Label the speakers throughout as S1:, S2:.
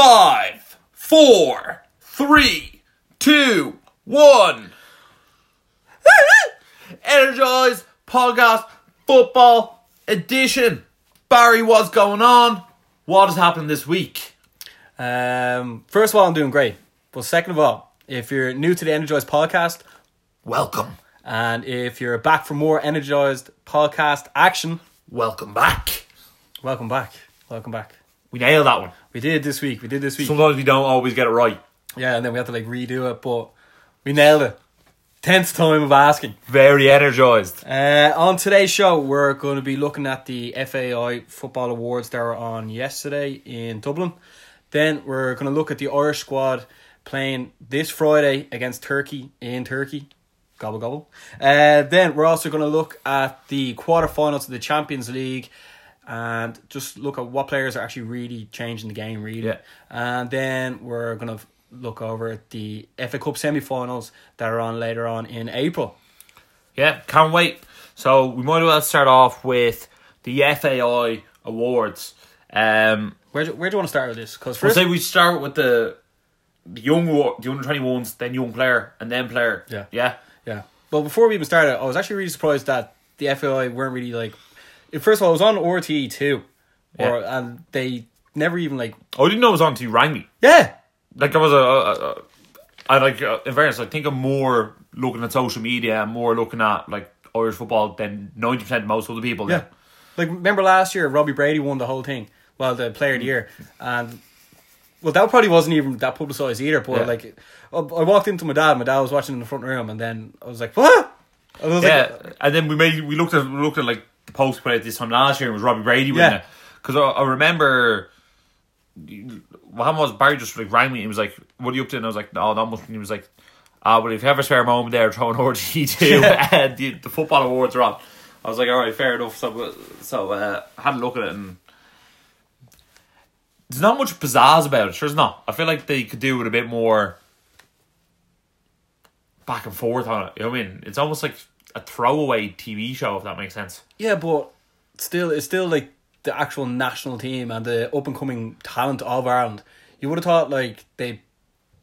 S1: Five, four, three, two, one. Energized podcast football edition. Barry, what's going on? What has happened this week?
S2: Um, first of all, I'm doing great. But second of all, if you're new to the Energized podcast,
S1: Welcome,
S2: and if you're back for more Energized podcast action,
S1: welcome back.
S2: welcome back. Welcome back.
S1: We nailed that one.
S2: We did this week. We did this week.
S1: Sometimes we don't always get it right.
S2: yeah, and then we had to like redo it, but we nailed it. Tenth time of asking.
S1: Very energized.
S2: Uh, on today's show, we're going to be looking at the FAI Football Awards that were on yesterday in Dublin. Then we're going to look at the Irish squad playing this Friday against Turkey in Turkey. Gobble gobble. Uh, then we're also going to look at the quarterfinals of the Champions League and just look at what players are actually really changing the game, really.
S1: Yeah.
S2: And then we're going to look over at the FA Cup semi finals that are on later on in April.
S1: Yeah, can't wait. So we might as well start off with the FAI awards. Um,
S2: Where do, where do you want to start with this? Because
S1: We'll
S2: first,
S1: say we start with the the young wa- the under twenty ones, then young player, and then player.
S2: Yeah.
S1: yeah.
S2: yeah. Well, before we even started, I was actually really surprised that the FAI weren't really like. First of all, it was on RTE E too, or and they never even like.
S1: I didn't know it was on. Till you rang me.
S2: Yeah,
S1: Like I was a, a, a I like uh, in fairness, I think I'm more looking at social media and more looking at like Irish football than ninety percent most other people.
S2: yeah. Like remember last year, Robbie Brady won the whole thing. Well, the Player of
S1: Mm.
S2: the Year, and well, that probably wasn't even that publicized either. But
S1: Yeah.
S2: like, I I walked into my dad. My dad was watching in the front room, and then I was like, "What?" I was
S1: yeah.
S2: like,
S1: and then we made we looked at we looked at like the post play at this time last year. It was Robbie Brady
S2: Yeah.
S1: winning it because I, I remember. What happened was Barry just like rang me and was like, "What are you up to?" And I was like, "No, not much." And he was like, "Ah, well, if you have a spare moment there, throw an RG too. and the, the football awards are on." I was like, "All right, fair enough." So, uh, so uh, I had a look at it, and there's not much pizzazz about it. Sure's not. I feel like they could do with a bit more back and forth on it. You know what I mean? It's almost like a throwaway TV show, if that makes sense.
S2: Yeah, but still, it's still like the actual national team and the up and coming talent of Ireland. You would have thought like they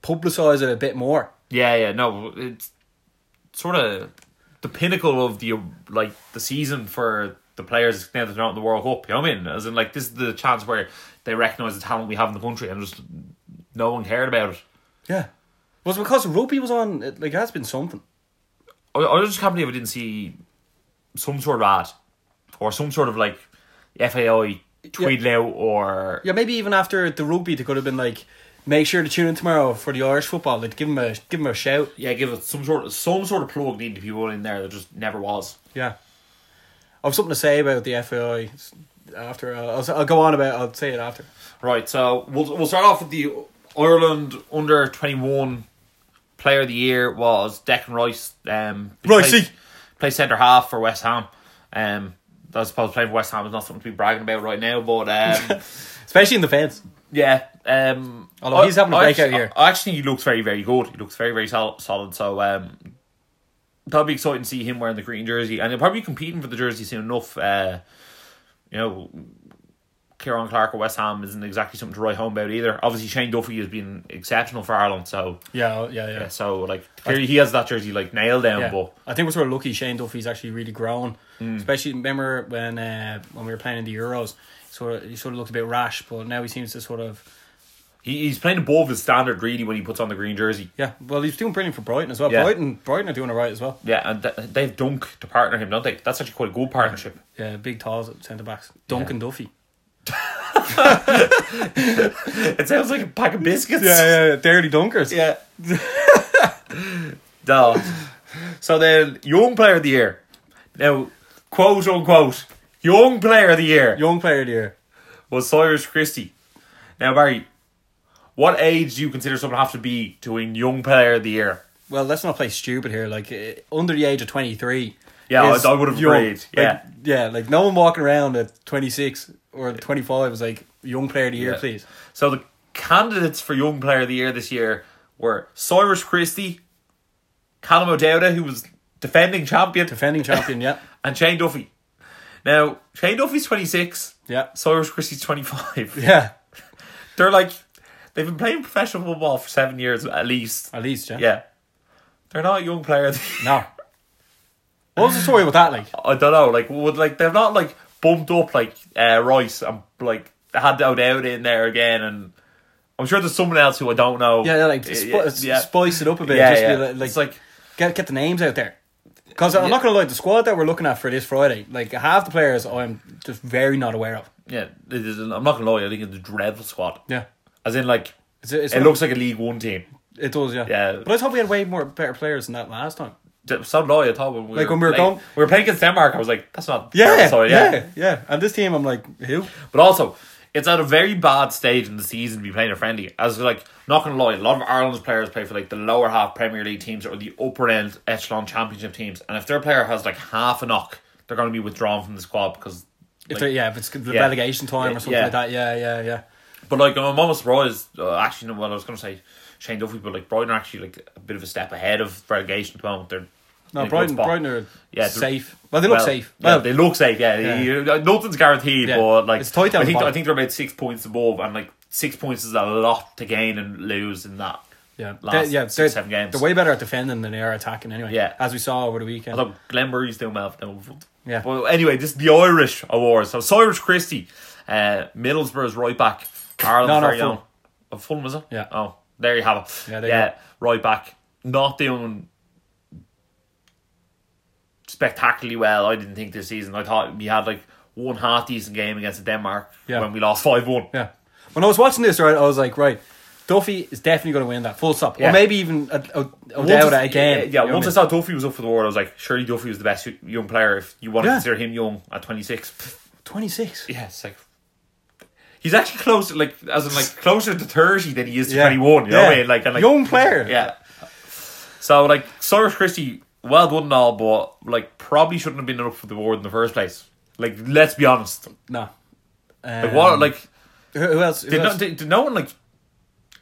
S2: publicise it a bit more.
S1: Yeah, yeah, no, it's sort of the pinnacle of the like the season for the players is now that they're not in the World Cup. You know what I mean? As in, like this is the chance where they recognise the talent we have in the country, and just no one cared about it.
S2: Yeah, was it because rugby was on. It, like that's been something.
S1: I, I just can't believe I didn't see some sort of ad or some sort of like FAI tweet out or
S2: Yeah, maybe even after the rugby, they could have been like, make sure to tune in tomorrow for the Irish football. Like give them a give them a shout.
S1: yeah, give it some sort of some sort of plug needed to be put in there that just never was.
S2: Yeah, I've something to say about the FAI after. I'll, I'll, I'll go on about. I'll say it after.
S1: Right, so we'll we'll start off with the Ireland under twenty one player of the year was Declan Rice. Um, who
S2: Ricey.
S1: plays- plays centre half for West Ham. Um, I suppose playing for West Ham is not something to be bragging about right now, but um,
S2: Especially in the fence.
S1: yeah. Um,
S2: Although he's having a breakout
S1: actually-
S2: year.
S1: I actually, he looks very very good. He looks very very sol- solid. So um, that'll be exciting to see him wearing the green jersey, and he'll probably be competing for the jersey soon enough. Uh, you know, Kieran Clark at West Ham isn't exactly something to write home about either. Obviously, Shane Duffy has been exceptional for Ireland, so
S2: Yeah, yeah, yeah.
S1: so like clearly he has that jersey like nailed down.
S2: Yeah.
S1: But
S2: I think we're sort of lucky Shane Duffy's actually really grown. Especially remember when uh, when we were playing in the Euros, sort of he sort of looked a bit rash, but now he seems to sort of
S1: he, he's playing above his standard really when he puts on the green jersey.
S2: yeah. Well, he's doing brilliant for Brighton as well.
S1: Yeah.
S2: Brighton Brighton are doing alright as well.
S1: Yeah, and th- they have Dunk to partner him, don't they? That's actually quite a good partnership.
S2: Yeah, big tall centre backs. Duncan Duffy.
S1: It sounds like a pack of biscuits.
S2: yeah, dirty dunkers.
S1: Yeah. no. So then, young player of the year. Now, quote unquote, young player of the year
S2: Young player of the year.
S1: was Cyrus Christie. Now, Barry, what age do you consider someone have to be to win young player of the year?
S2: Well, let's not play stupid here. Like uh, under the age of twenty three.
S1: Yeah, I- I would've agreed. Yeah.
S2: yeah, like no one walking around at twenty six or twenty five is like young player of the year,
S1: Yeah.
S2: please.
S1: So the candidates for young player of the year this year were Cyrus Christie, Callum O'Dowda, who was defending champion,
S2: Defending champion, yeah.
S1: and Shane Duffy. Now, Shane Duffy's 26,
S2: Yeah.
S1: Cyrus Christie's 25.
S2: Yeah.
S1: they're like They've been playing professional football for seven years at least.
S2: At least, yeah.
S1: Yeah. They're not young players.
S2: No. What was the story with that like?
S1: I don't know. Like, would like they've not like bumped up like uh, Rice and like had O'Dowd in there again, and I'm sure there's someone else who I don't know.
S2: Yeah, yeah, like
S1: Uh,
S2: sp-
S1: yeah,
S2: s-
S1: yeah.
S2: spice it up a bit.
S1: Yeah,
S2: just
S1: yeah.
S2: Be like, like,
S1: It's like-
S2: get get the names out there. Because I'm not gonna lie, the squad that we're looking at for this Friday, like half the players, I'm just very not aware of.
S1: Yeah, it is, I'm not gonna lie. I think it's a dreadful squad.
S2: Yeah,
S1: As in, like,
S2: it's, it's
S1: it
S2: not-
S1: looks like a League One team.
S2: it does. Yeah,
S1: Yeah.
S2: But I thought we had way more better players than that last time.
S1: D- So did I. I thought when we
S2: Like,
S1: were
S2: when we were
S1: playing,
S2: going-
S1: we were playing against Denmark. I was like, that's not
S2: Yeah,
S1: terrible, so,
S2: yeah, yeah, And this team, I'm like, who?
S1: But also, it's at a very bad stage in the season to be playing a friendly. As like, not gonna lie, a lot of Ireland's players play for like the lower half Premier League teams or the upper end echelon Championship teams, and if their player has like half a knock, they're gonna be withdrawn from the squad because.
S2: If
S1: like-
S2: they yeah, if it's the
S1: Yeah.
S2: relegation time or something
S1: Yeah.
S2: like that. Yeah, yeah, yeah.
S1: but like, I'm almost surprised. Uh, actually, no, well, I was gonna say Shane Duffy, but like Brighton are actually like a bit of a step ahead of relegation at the moment. They're
S2: No,
S1: in a good
S2: Brighton,
S1: spot.
S2: Brighton are
S1: Yeah, they're-
S2: safe. Well, they look
S1: Well,
S2: safe.
S1: yeah,
S2: Well,
S1: they look safe. Yeah,
S2: Yeah.
S1: You- nothing's guaranteed,
S2: Yeah.
S1: but like
S2: It's tight down
S1: I
S2: the
S1: think
S2: bottom.
S1: I think they're about six points above, and like six points is a lot to gain and lose in that.
S2: yeah,
S1: last
S2: they, yeah,
S1: six,
S2: they're,
S1: seven games.
S2: they're way better at defending than they are attacking. Anyway,
S1: Yeah.
S2: as we saw over the weekend.
S1: Although Glen Murray's doing well for them.
S2: Yeah.
S1: But anyway, this is the Irish Awards. So Cyrus Christie, uh, Middlesbury's right back, Ireland's
S2: No, no,
S1: very own.
S2: Fulham.
S1: Oh, Fulham is it?
S2: Yeah.
S1: Oh, there you have it.
S2: Yeah, there you
S1: yeah,
S2: go.
S1: right back. Not doing spectacularly well. I didn't think this season. I thought we had like one half decent game against Denmark
S2: Yeah.
S1: when we lost five one.
S2: Yeah. When I was watching this, right, I was like, right, Duffy is definitely going to win that. Full stop.
S1: Yeah.
S2: Or maybe even O- O- O'Dowd again.
S1: Yeah,
S2: You know
S1: once I
S2: what
S1: saw Duffy was up for the world, I was like, surely Duffy was the best young player if you want
S2: Yeah.
S1: to consider him young at twenty six.
S2: mean? 26.
S1: Yeah, it's like he's actually closer, like as in like closer to thirty than he is to
S2: Yeah.
S1: twenty one. You know what I mean? Like, and, like
S2: Young player.
S1: Yeah. So like Cyrus Christie, well done and all, but like probably shouldn't have been up for the award in the first place. Like, let's be honest.
S2: No. Um,
S1: Like, what? Like,
S2: who- who else? Who
S1: did, no,
S2: else?
S1: did, did no one like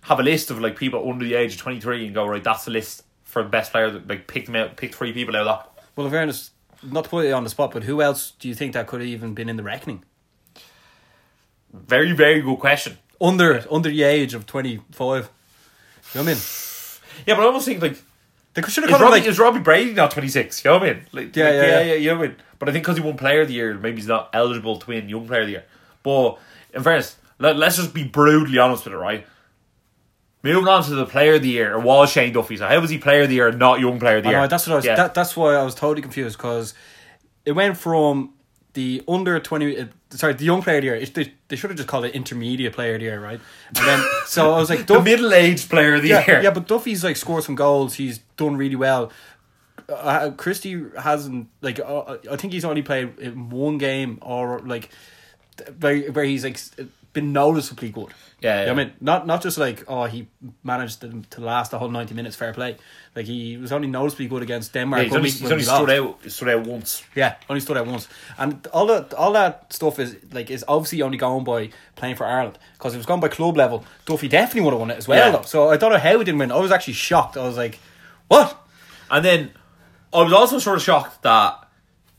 S1: have a list of like people under the age of twenty three and go right? That's the list for the best player. That, like, pick them out, pick three people out of that.
S2: well, in fairness, not to put you on the spot, but who else do you think that could have even been in the reckoning?
S1: Very, very good question.
S2: Under under the age of 25. You know what I mean?
S1: Yeah, but I almost think like
S2: They should
S1: Is
S2: have kind of
S1: Robbie,
S2: like.
S1: is Robbie Brady now 26? You know what I mean? Like,
S2: Yeah,
S1: like,
S2: yeah, yeah.
S1: You know what I mean? But I think because he won Player of the Year, maybe he's not eligible to win Young Player of the Year. But in fairness, let, let's just be brutally honest with it, right? Moving on to the Player of the Year, it was Shane Duffy. So how was he Player of the Year and not Young Player of the
S2: I
S1: Year?
S2: know, that's what I was.
S1: Yeah.
S2: That, that's why I was totally confused because it went from the under twenty. Uh, sorry, the young player of the year. It, they, they should have just called it intermediate player of the year, right? And then so I was like,
S1: the
S2: Duffy,
S1: middle-aged Player of the
S2: yeah,
S1: Year.
S2: yeah, but Duffy's like scored some goals. He's done really well. Uh, Christie hasn't like uh, I think he's only played in one game or like th- where where he's like s- been noticeably good.
S1: Yeah,
S2: You know what
S1: yeah.
S2: I mean not not just like oh he managed to, to last the whole ninety minutes fair play. Like he was only noticeably good against Denmark.
S1: Yeah, he's
S2: when
S1: only,
S2: we-
S1: he's
S2: when
S1: only
S2: we lost.
S1: stood out, stood out once.
S2: Yeah, only stood out once, and all that all that stuff is like is obviously only gone by playing for Ireland because it was gone by club level. Duffy definitely would have won it as well.
S1: Yeah.
S2: Though. So I don't know how he didn't win. I was actually shocked. I was like, what?
S1: And then I was also sort of shocked that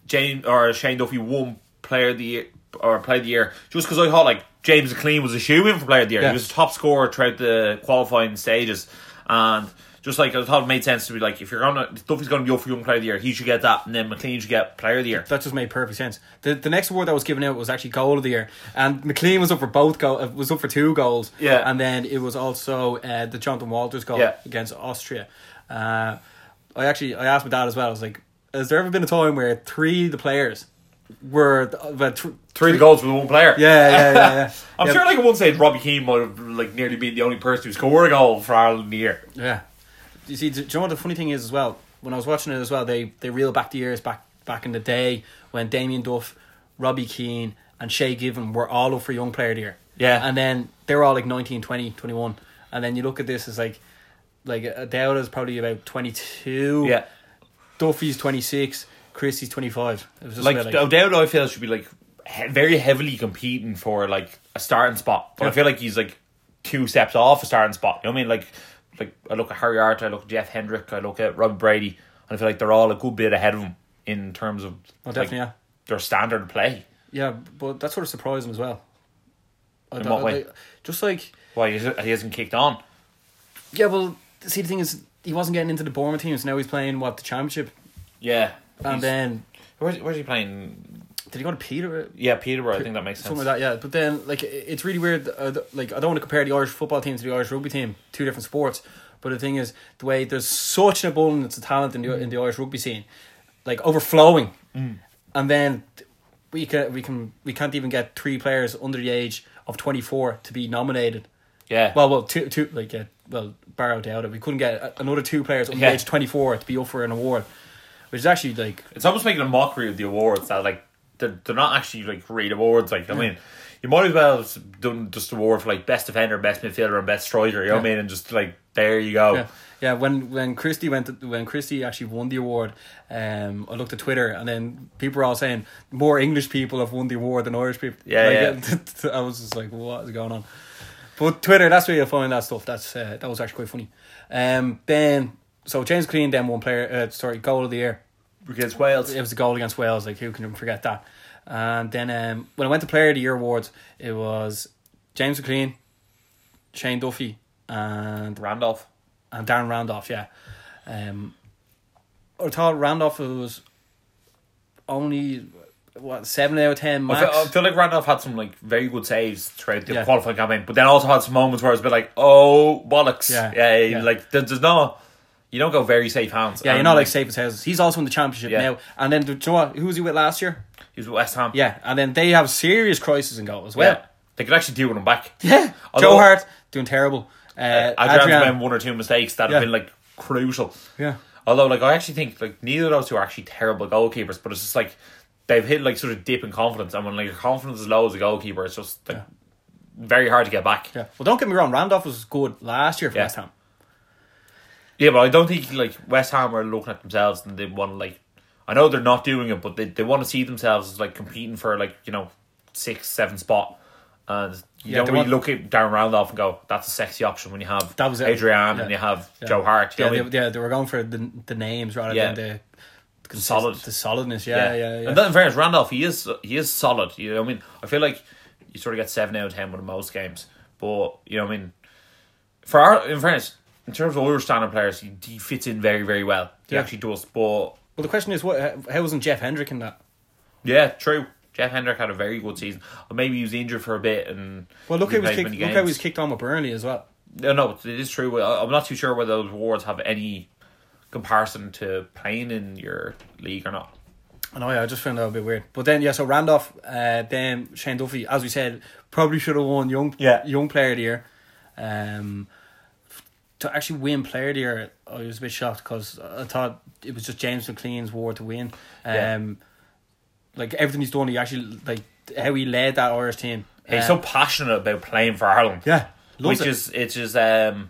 S1: James or Shane Duffy won player of the year or player of the year just because I thought like James McLean was a shoe in for player of the year.
S2: Yeah.
S1: He was a top scorer throughout the qualifying stages and just like I thought it made sense to be like if you're gonna if Duffy's gonna be up for young player of the year, he should get that and then McLean should get player of the year.
S2: That just made perfect sense. The the next award that was given out was actually goal of the year, and McLean was up for both goal uh, was up for two goals.
S1: Yeah.
S2: and then it was also uh, the Jonathan Walters goal
S1: Yeah.
S2: against Austria. Uh, I actually I asked my dad as well. I was like, has there ever been a time where three of the players were uh, but th-
S1: Three, goals with one player.
S2: Yeah, yeah, yeah, yeah.
S1: I'm
S2: Yeah.
S1: sure like at one stage Robbie Keane might have like nearly been the only person who scored a goal for Ireland in the year.
S2: Yeah. You see, do you know what the funny thing is as well? When I was watching it as well, they they reel back the years back back in the day when Damien Duff, Robbie Keane, and Shay Given were all up for Young Player of the Year.
S1: Yeah.
S2: And then they were all like 19, 20, 21. And then you look at this as like, like Adele is probably about 22.
S1: Yeah.
S2: Duffy's 26. Christie's 25. It was just
S1: like, uh,
S2: about,
S1: O'Dowd, I feel should be like he- very heavily competing for like a starting spot, but
S2: Yeah.
S1: I feel like he's like two steps off a starting spot. You know what I mean? Like, like I look at Harry Arter, I look at Jeff Hendrick, I look at Rob Brady, and I feel like they're all a good bit ahead of him in terms of
S2: Oh, definitely,
S1: like,
S2: yeah.
S1: their standard of play.
S2: Yeah, but that sort of surprised him as well. I
S1: In
S2: don't-
S1: what way?
S2: like, just like
S1: Why he he hasn't kicked on?
S2: Yeah, well, see, the thing is, he wasn't getting into the Bournemouth team, so now he's playing, what, the Championship?
S1: Yeah.
S2: And
S1: He's-
S2: then,
S1: where's, where's he playing?
S2: did he go to Peter?
S1: Yeah, Peterborough. I think that makes sense.
S2: Something like that, yeah. But then, like, it- it's really weird. Uh, th- like, I don't want to compare the Irish football team to the Irish rugby team, two different sports. But the thing is, the way there's such an abundance of talent in the in the Irish rugby scene, like overflowing, and then we can we can we can't even get three players under the age of twenty four to be nominated.
S1: Yeah.
S2: Well, well, two two like uh, well, Barrow Dowda, we couldn't get a- another two players under
S1: Yeah.
S2: the age twenty four to be up for an award, which is actually like
S1: it's almost making a mockery of the awards that like they're, they're not actually like great awards. Like I mean, you might as well have done just award for like best defender, best midfielder, and best striker. You know what I
S2: Yeah.
S1: mean? And just like there you go.
S2: Yeah, yeah. When when Christie went, to, when Christie actually won the award, um, I looked at Twitter and then people were all saying more English people have won the award than Irish people.
S1: Yeah,
S2: Like, I was just like, what is going on? But Twitter, that's where you'll find that stuff. That's uh, that was actually quite funny. Um, then so James Clean, then one player, uh, sorry, goal of the year.
S1: Because Wales.
S2: It was a goal against Wales. Like who can forget that? And then um, when I went to Player of the Year awards, it was James McLean, Shane Duffy, and
S1: Randolph.
S2: and Darren Randolph, yeah. Um, I thought Randolph was only what seven out of ten
S1: I feel,
S2: max.
S1: I feel like Randolph had some like very good saves throughout the
S2: Yeah.
S1: qualifying campaign, but then also had some moments where it's been like, oh bollocks,
S2: Yeah,
S1: yeah,
S2: yeah.
S1: like there- there's no, you don't go very safe hands.
S2: yeah,
S1: And,
S2: you're not like safe as houses. He's also in the championship
S1: Yeah.
S2: now. And then do you know what? Who was he with last year?
S1: he was with West Ham.
S2: Yeah, and then they have serious crisis in goal as well.
S1: they could actually deal with him back.
S2: Yeah,
S1: Although-
S2: Joe Hart doing terrible. Uh,
S1: Adrian's
S2: Adrian,
S1: been one or two mistakes that
S2: Yeah.
S1: have been like crucial.
S2: yeah,
S1: Although, like, I actually think like neither of those two are actually terrible goalkeepers, but it's just like they've hit like sort of dip in confidence, and when like your confidence is low as a goalkeeper, it's just like very hard to get back.
S2: yeah. Well, don't get me wrong. Randolph was good last year for
S1: Yeah.
S2: West Ham.
S1: Yeah, but I don't think like West Ham are looking at themselves and they want to like. I know they're not doing it, but they, they want to see themselves as like competing for like you know six seven spot, and you
S2: Yeah,
S1: don't
S2: they
S1: really look
S2: want-
S1: at Darren Randolph and go that's a sexy option when you have
S2: That was it.
S1: Adrian
S2: Yeah.
S1: and you have
S2: Yeah.
S1: Joe Hart. You
S2: Yeah,
S1: know what I
S2: they,
S1: mean?
S2: yeah, they were going for the the names rather
S1: Yeah.
S2: than the consist-
S1: Solid.
S2: the solidness. Yeah, yeah, yeah.
S1: And then in fairness, Randolph he is he is solid. You know what I mean? I feel like you sort of get seven out of ten with most games, but you know what I mean. For our in fairness, in terms of Irish standard players, he, he fits in very very well. He
S2: Yeah.
S1: actually does, but.
S2: Well, the question is, what? How wasn't Jeff Hendrick in that?
S1: Yeah, true. Jeff Hendrick had a very good season. Or maybe he was injured for a bit and.
S2: Well, look
S1: he
S2: how he was
S1: played
S2: kicked.
S1: many
S2: Look how he
S1: games.
S2: was kicked on with Burnley as well.
S1: No, no, it is true. I- I'm not too sure whether those awards have any comparison to playing in your league or not.
S2: I know, yeah, I just found that a bit weird. But then, yeah, so Randolph, uh, then Shane Duffy, as we said, probably should have won young,
S1: Yeah.
S2: young player of the year. Um, to actually win player of the year, I was a bit shocked because I thought it was just James McLean's war to win. Um,
S1: Yeah.
S2: like everything he's done, he actually like how he led that Irish team.
S1: He's
S2: Uh,
S1: so passionate about playing for Ireland.
S2: yeah, loves
S1: which
S2: it.
S1: is it's just um,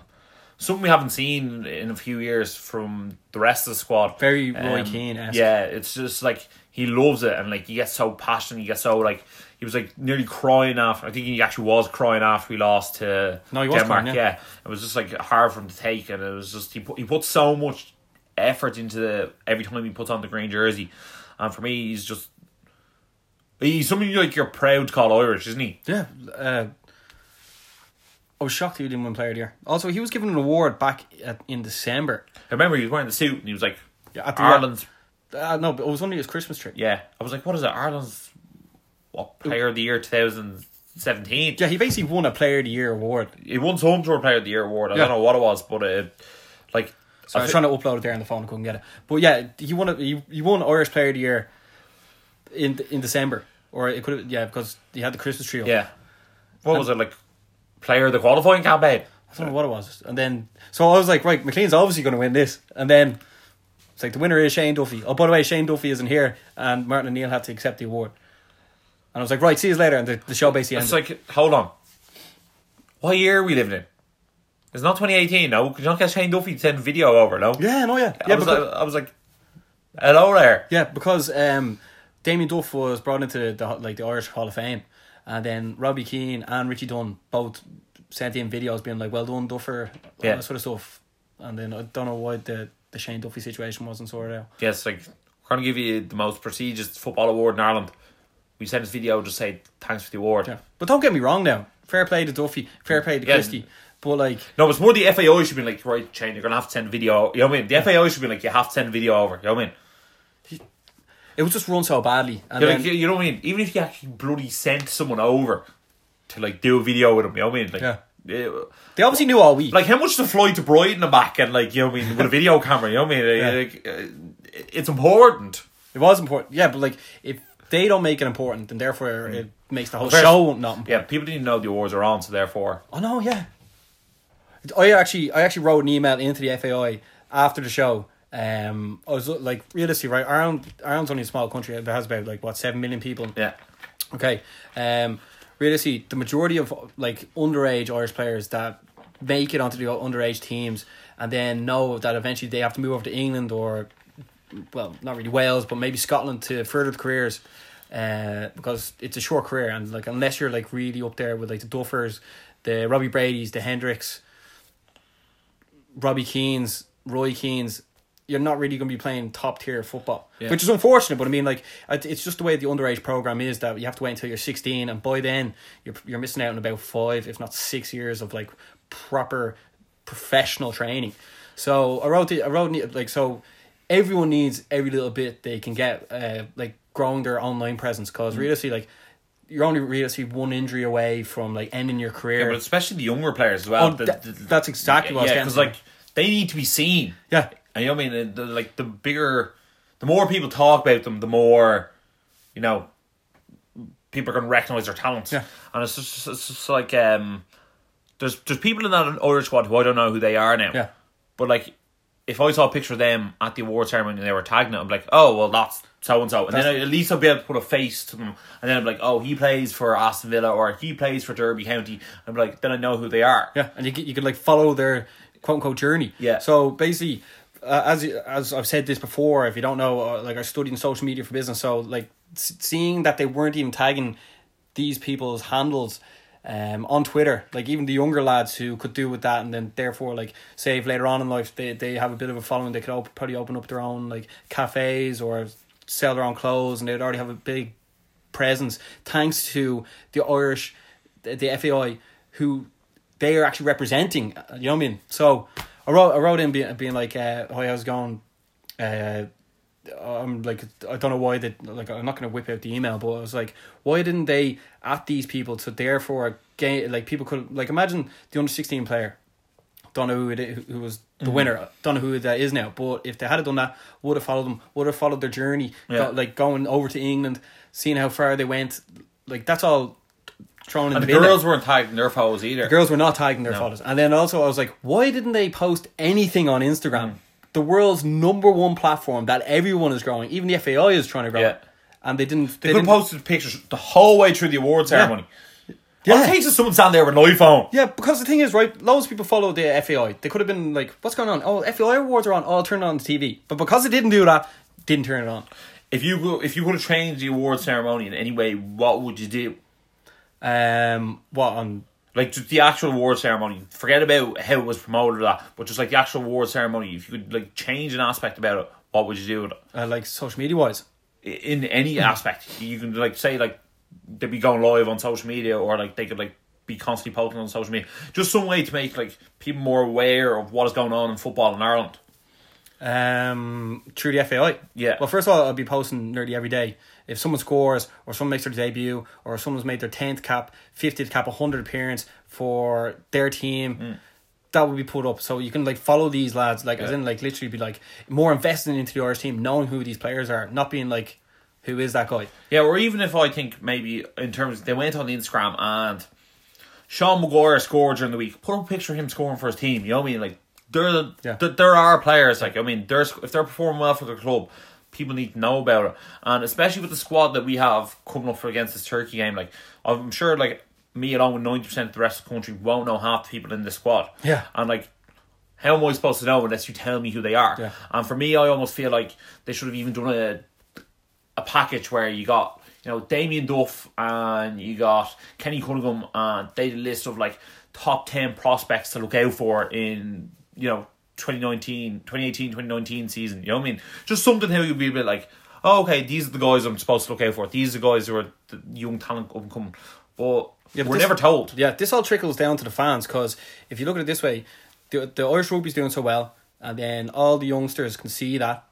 S1: something we haven't seen in a few years from the rest of the squad.
S2: Very Roy
S1: Um,
S2: Keane-esque.
S1: Yeah, it's just like he loves it, and like he gets so passionate. He gets so like he was like nearly crying after. I think he actually was crying after we lost to
S2: No, he was
S1: Denmark.
S2: crying, yeah.
S1: yeah. it was just like hard for him to take, and it was just he put he put so much effort into the every time he puts on the green jersey, and for me, he's just. He's something like you're proud to call Irish, isn't he?
S2: Yeah. Uh, I was shocked he didn't win player of the year. Also, he was given an award back at, in December.
S1: I remember he was wearing the suit and he was like,
S2: Yeah, at the-
S1: Ireland's
S2: Uh, no, but it was only his Christmas tree.
S1: Yeah, I was like, what is it? Ireland's what player of the year 2017.
S2: Yeah, he basically won a player of the year award.
S1: he won some sort of player of the year award. I
S2: Yeah.
S1: don't know what it was, but it like
S2: So I was trying to upload it there on the phone, I couldn't get it. But yeah, he won a, he, he won Irish player of the year in in December, or it could have yeah because he had the Christmas tree. up.
S1: yeah. What was it like? Player of the qualifying campaign.
S2: I don't know what it was. And then so I was like, right, McLean's obviously going to win this. And then it's like the winner is Shane Duffy. Oh, by the way, Shane Duffy isn't here, and Martin O'Neill had to accept the award. And I was like, right, see you later. And the, the show basically ended.
S1: It's like, hold on, what year are we living in? It's not 2018. No, could you not get Shane Duffy to send video over? No,
S2: yeah, no, yeah,
S1: I
S2: yeah,
S1: was,
S2: because,
S1: like, I was like, hello there.
S2: yeah, because um, Damien Duff was brought into the like the Irish Hall of Fame, and then Robbie Keane and Richie Dunn both sent in videos being like, well done, Duffer, all
S1: Yeah.
S2: that sort of stuff. And then I don't know why the the Shane Duffy situation wasn't sorted out.
S1: Yes, like we're gonna give you the most prestigious football award in Ireland. We send this video, just say thanks for the award.
S2: Yeah. But don't get me wrong now. fair play to Duffy, fair play to
S1: Yeah.
S2: Christie. But like,
S1: No, it's more the FAI should be like, right, Shane, you're gonna have to send video. You know what I mean? The FAI should be like, you have to send video over. You know what I mean?
S2: it was just run so badly. And
S1: You're
S2: then,
S1: like, you you know what I mean? Even if you actually bloody sent someone over to like do a video with them, you know what I mean? Like,
S2: Yeah.
S1: eh,
S2: they obviously knew all week.
S1: like how much to fly to Brighton and back and like you know what I mean with a video camera. You know what I mean?
S2: Yeah.
S1: Like, eh, it's important.
S2: it was important. Yeah, but like, if they don't make it important, then therefore it
S1: Hmm.
S2: makes the whole
S1: first-
S2: show not important.
S1: Yeah, people didn't know the awards are on, so therefore,
S2: Oh no, yeah. I actually, I actually wrote an email into the FAI after the show. Um, I was like, realistically, right? Ireland, Ireland's only a small country. It has about like what seven million people.
S1: yeah,
S2: Okay. Um, realistically, the majority of like underage Irish players that make it onto the underage teams and then know that eventually they have to move over to England or, well, not really Wales, but maybe Scotland to further the careers. Uh, because it's a short career, and like unless you're like really up there with like the Duffers, the Robbie Brady's, the Hendricks, Robbie Keane's, Roy Keane's, you're not really going to be playing top tier football,
S1: Yeah.
S2: which is unfortunate. But I mean, like, it- it's just the way the underage program is that you have to wait until you're 16, and by then you're you're missing out on about five, if not six years of like proper professional training. So I wrote the I wrote ne- like so everyone needs every little bit they can get, uh, like growing their online presence because
S1: Mm.
S2: realistically, like. You're only realistically one injury away from like ending your
S1: yeah,
S2: career.
S1: but especially the younger players as well.
S2: Oh, that- that's exactly what I was
S1: yeah,
S2: getting
S1: because
S2: to.
S1: like they need to be seen.
S2: yeah,
S1: And you know what I mean? The, the- like the bigger, the more people talk about them, the more, you know, people are going to recognize their talents.
S2: Yeah.
S1: And it's just, it's just- it's like um, there's there's people in that Irish squad who I don't know who they are now.
S2: Yeah.
S1: But like, if I saw a picture of them at the award ceremony and they were tagging it, I'm like, oh well, that's so and so, and then
S2: That's-
S1: at least I'll be able to put a face to them, and then I'm like, oh, he plays for Aston Villa or he plays for Derby County. I'm like, then I know who they are.
S2: Yeah, and you could, you could like follow their quote unquote journey.
S1: Yeah.
S2: So basically, uh, as you- as I've said this before, if you don't know, uh, like I studied in social media for business, so like s- seeing that they weren't even tagging these people's handles. Um, on Twitter, like even the younger lads who could do with that, and then therefore, like, say if later on in life they, they have a bit of a following, they could op- probably open up their own like cafes or sell their own clothes, and they'd already have a big presence thanks to the Irish, the, the FAI, who they are actually representing. uh, You know what I mean? So I wrote, I wrote in being, being like, uh, "Hi, how's it going?" Uh, I'm like, I don't know why they like. I'm not gonna whip out the email, but I was like, why didn't they at these people? So therefore, gain like people could like imagine the under sixteen player. Don't know who it is, who was
S1: Mm-hmm.
S2: the winner. Don't know who that is now. But if they had done that, would have followed them. Would have followed their journey.
S1: Yeah.
S2: got- like going over to England, seeing how far they went. Like that's all thrown in
S1: And
S2: the,
S1: the
S2: bin there.
S1: girls weren't tagging their photos either.
S2: The girls were not tagging their
S1: No.
S2: photos. And then also, I was like, why didn't they post anything on
S1: Mm.
S2: Instagram? The world's number one platform that everyone is growing, even the FAI is trying to grow.
S1: Yeah.
S2: it. And they didn't.
S1: They
S2: They,
S1: could
S2: didn't
S1: have posted pictures the whole way through the award ceremony.
S2: Yeah.
S1: All it takes is someone standing there with an iPhone.
S2: Yeah, because the thing is, right, loads of people follow the FAI. They could have been like, what's going on? Oh, FAI awards are on. Oh, I'll turn it on the TV. But because they didn't do that, didn't turn it on.
S1: If you go, if you could have changed the award ceremony in any way, what would you do?
S2: Um, what on?
S1: Like just the actual award ceremony. Forget about how it was promoted or that, but just like the actual award ceremony. If you could like change an aspect about it, what would you do with it?
S2: Uh, like social media wise.
S1: I- In
S2: Hmm.
S1: any aspect, you can like say like they'd be going live on social media, or like they could like be constantly posting on social media. Just some way to make like people more aware of what is going on in football in Ireland.
S2: Um, through the FAI.
S1: Yeah.
S2: Well, first of all, I'll be posting nearly every day. If someone scores, or someone makes their debut, or someone's made their tenth cap, fiftieth cap, hundred appearance for their team,
S1: Hmm.
S2: that would be put up. So you can like follow these lads, like as
S1: Yeah.
S2: in like literally be like more invested into the Irish team, knowing who these players are, not being like, who is that guy?
S1: Yeah, or even if I think maybe in terms they went on Instagram and Sean Maguire scored during the week, put up a picture of him scoring for his team. You know what I mean? Like there, the,
S2: Yeah.
S1: th- there are players like I mean, there's if they're performing well for the club, people need to know about it, and especially with the squad that we have coming up for against this Turkey game. Like I'm sure, like me along with ninety percent of the rest of the country won't know half the people in the squad.
S2: Yeah.
S1: and like how am I supposed to know unless you tell me who they are?
S2: Yeah.
S1: And for me, I almost feel like they should have even done a a package where you got you know Damien Duff and you got Kenny Cunningham and they did a list of like top ten prospects to look out for in you know 2019, 2018, 2019 season. You know what I mean? Just something how you'd be a bit like, oh okay, these are the guys I'm supposed to look out for. These are the guys who are the young talent up and coming. But
S2: Yeah, but
S1: We're
S2: this-
S1: never told.
S2: Yeah, this all trickles down to the fans because if you look at it this way, the, the Irish rugby's doing so well, and then all the youngsters can see that,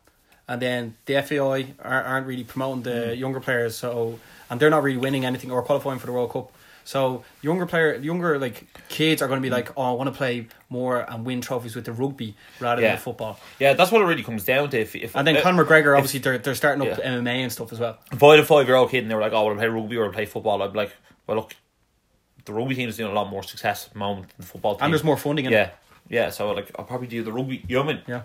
S2: and then the FAI are, aren't really promoting the
S1: Mm.
S2: younger players, so and they're not really winning anything or qualifying for the World Cup. So younger player, younger like kids are going to
S1: Mm.
S2: be like, oh, I want to play more and win trophies with the rugby rather
S1: Yeah.
S2: than the football.
S1: Yeah, that's what it really comes down to. If, if
S2: And then
S1: uh,
S2: Conor McGregor, obviously, they're they're starting up
S1: Yeah.
S2: MMA and stuff as well.
S1: if I had a five year old kid and they were like, "Oh, I want to play rugby or play football," I'd be like, "Well, look, the rugby team is doing a lot more success at the moment than the football team."
S2: And there's more funding in it.
S1: Yeah, yeah. So like, I'll probably do the rugby. You know what I mean?
S2: Yeah,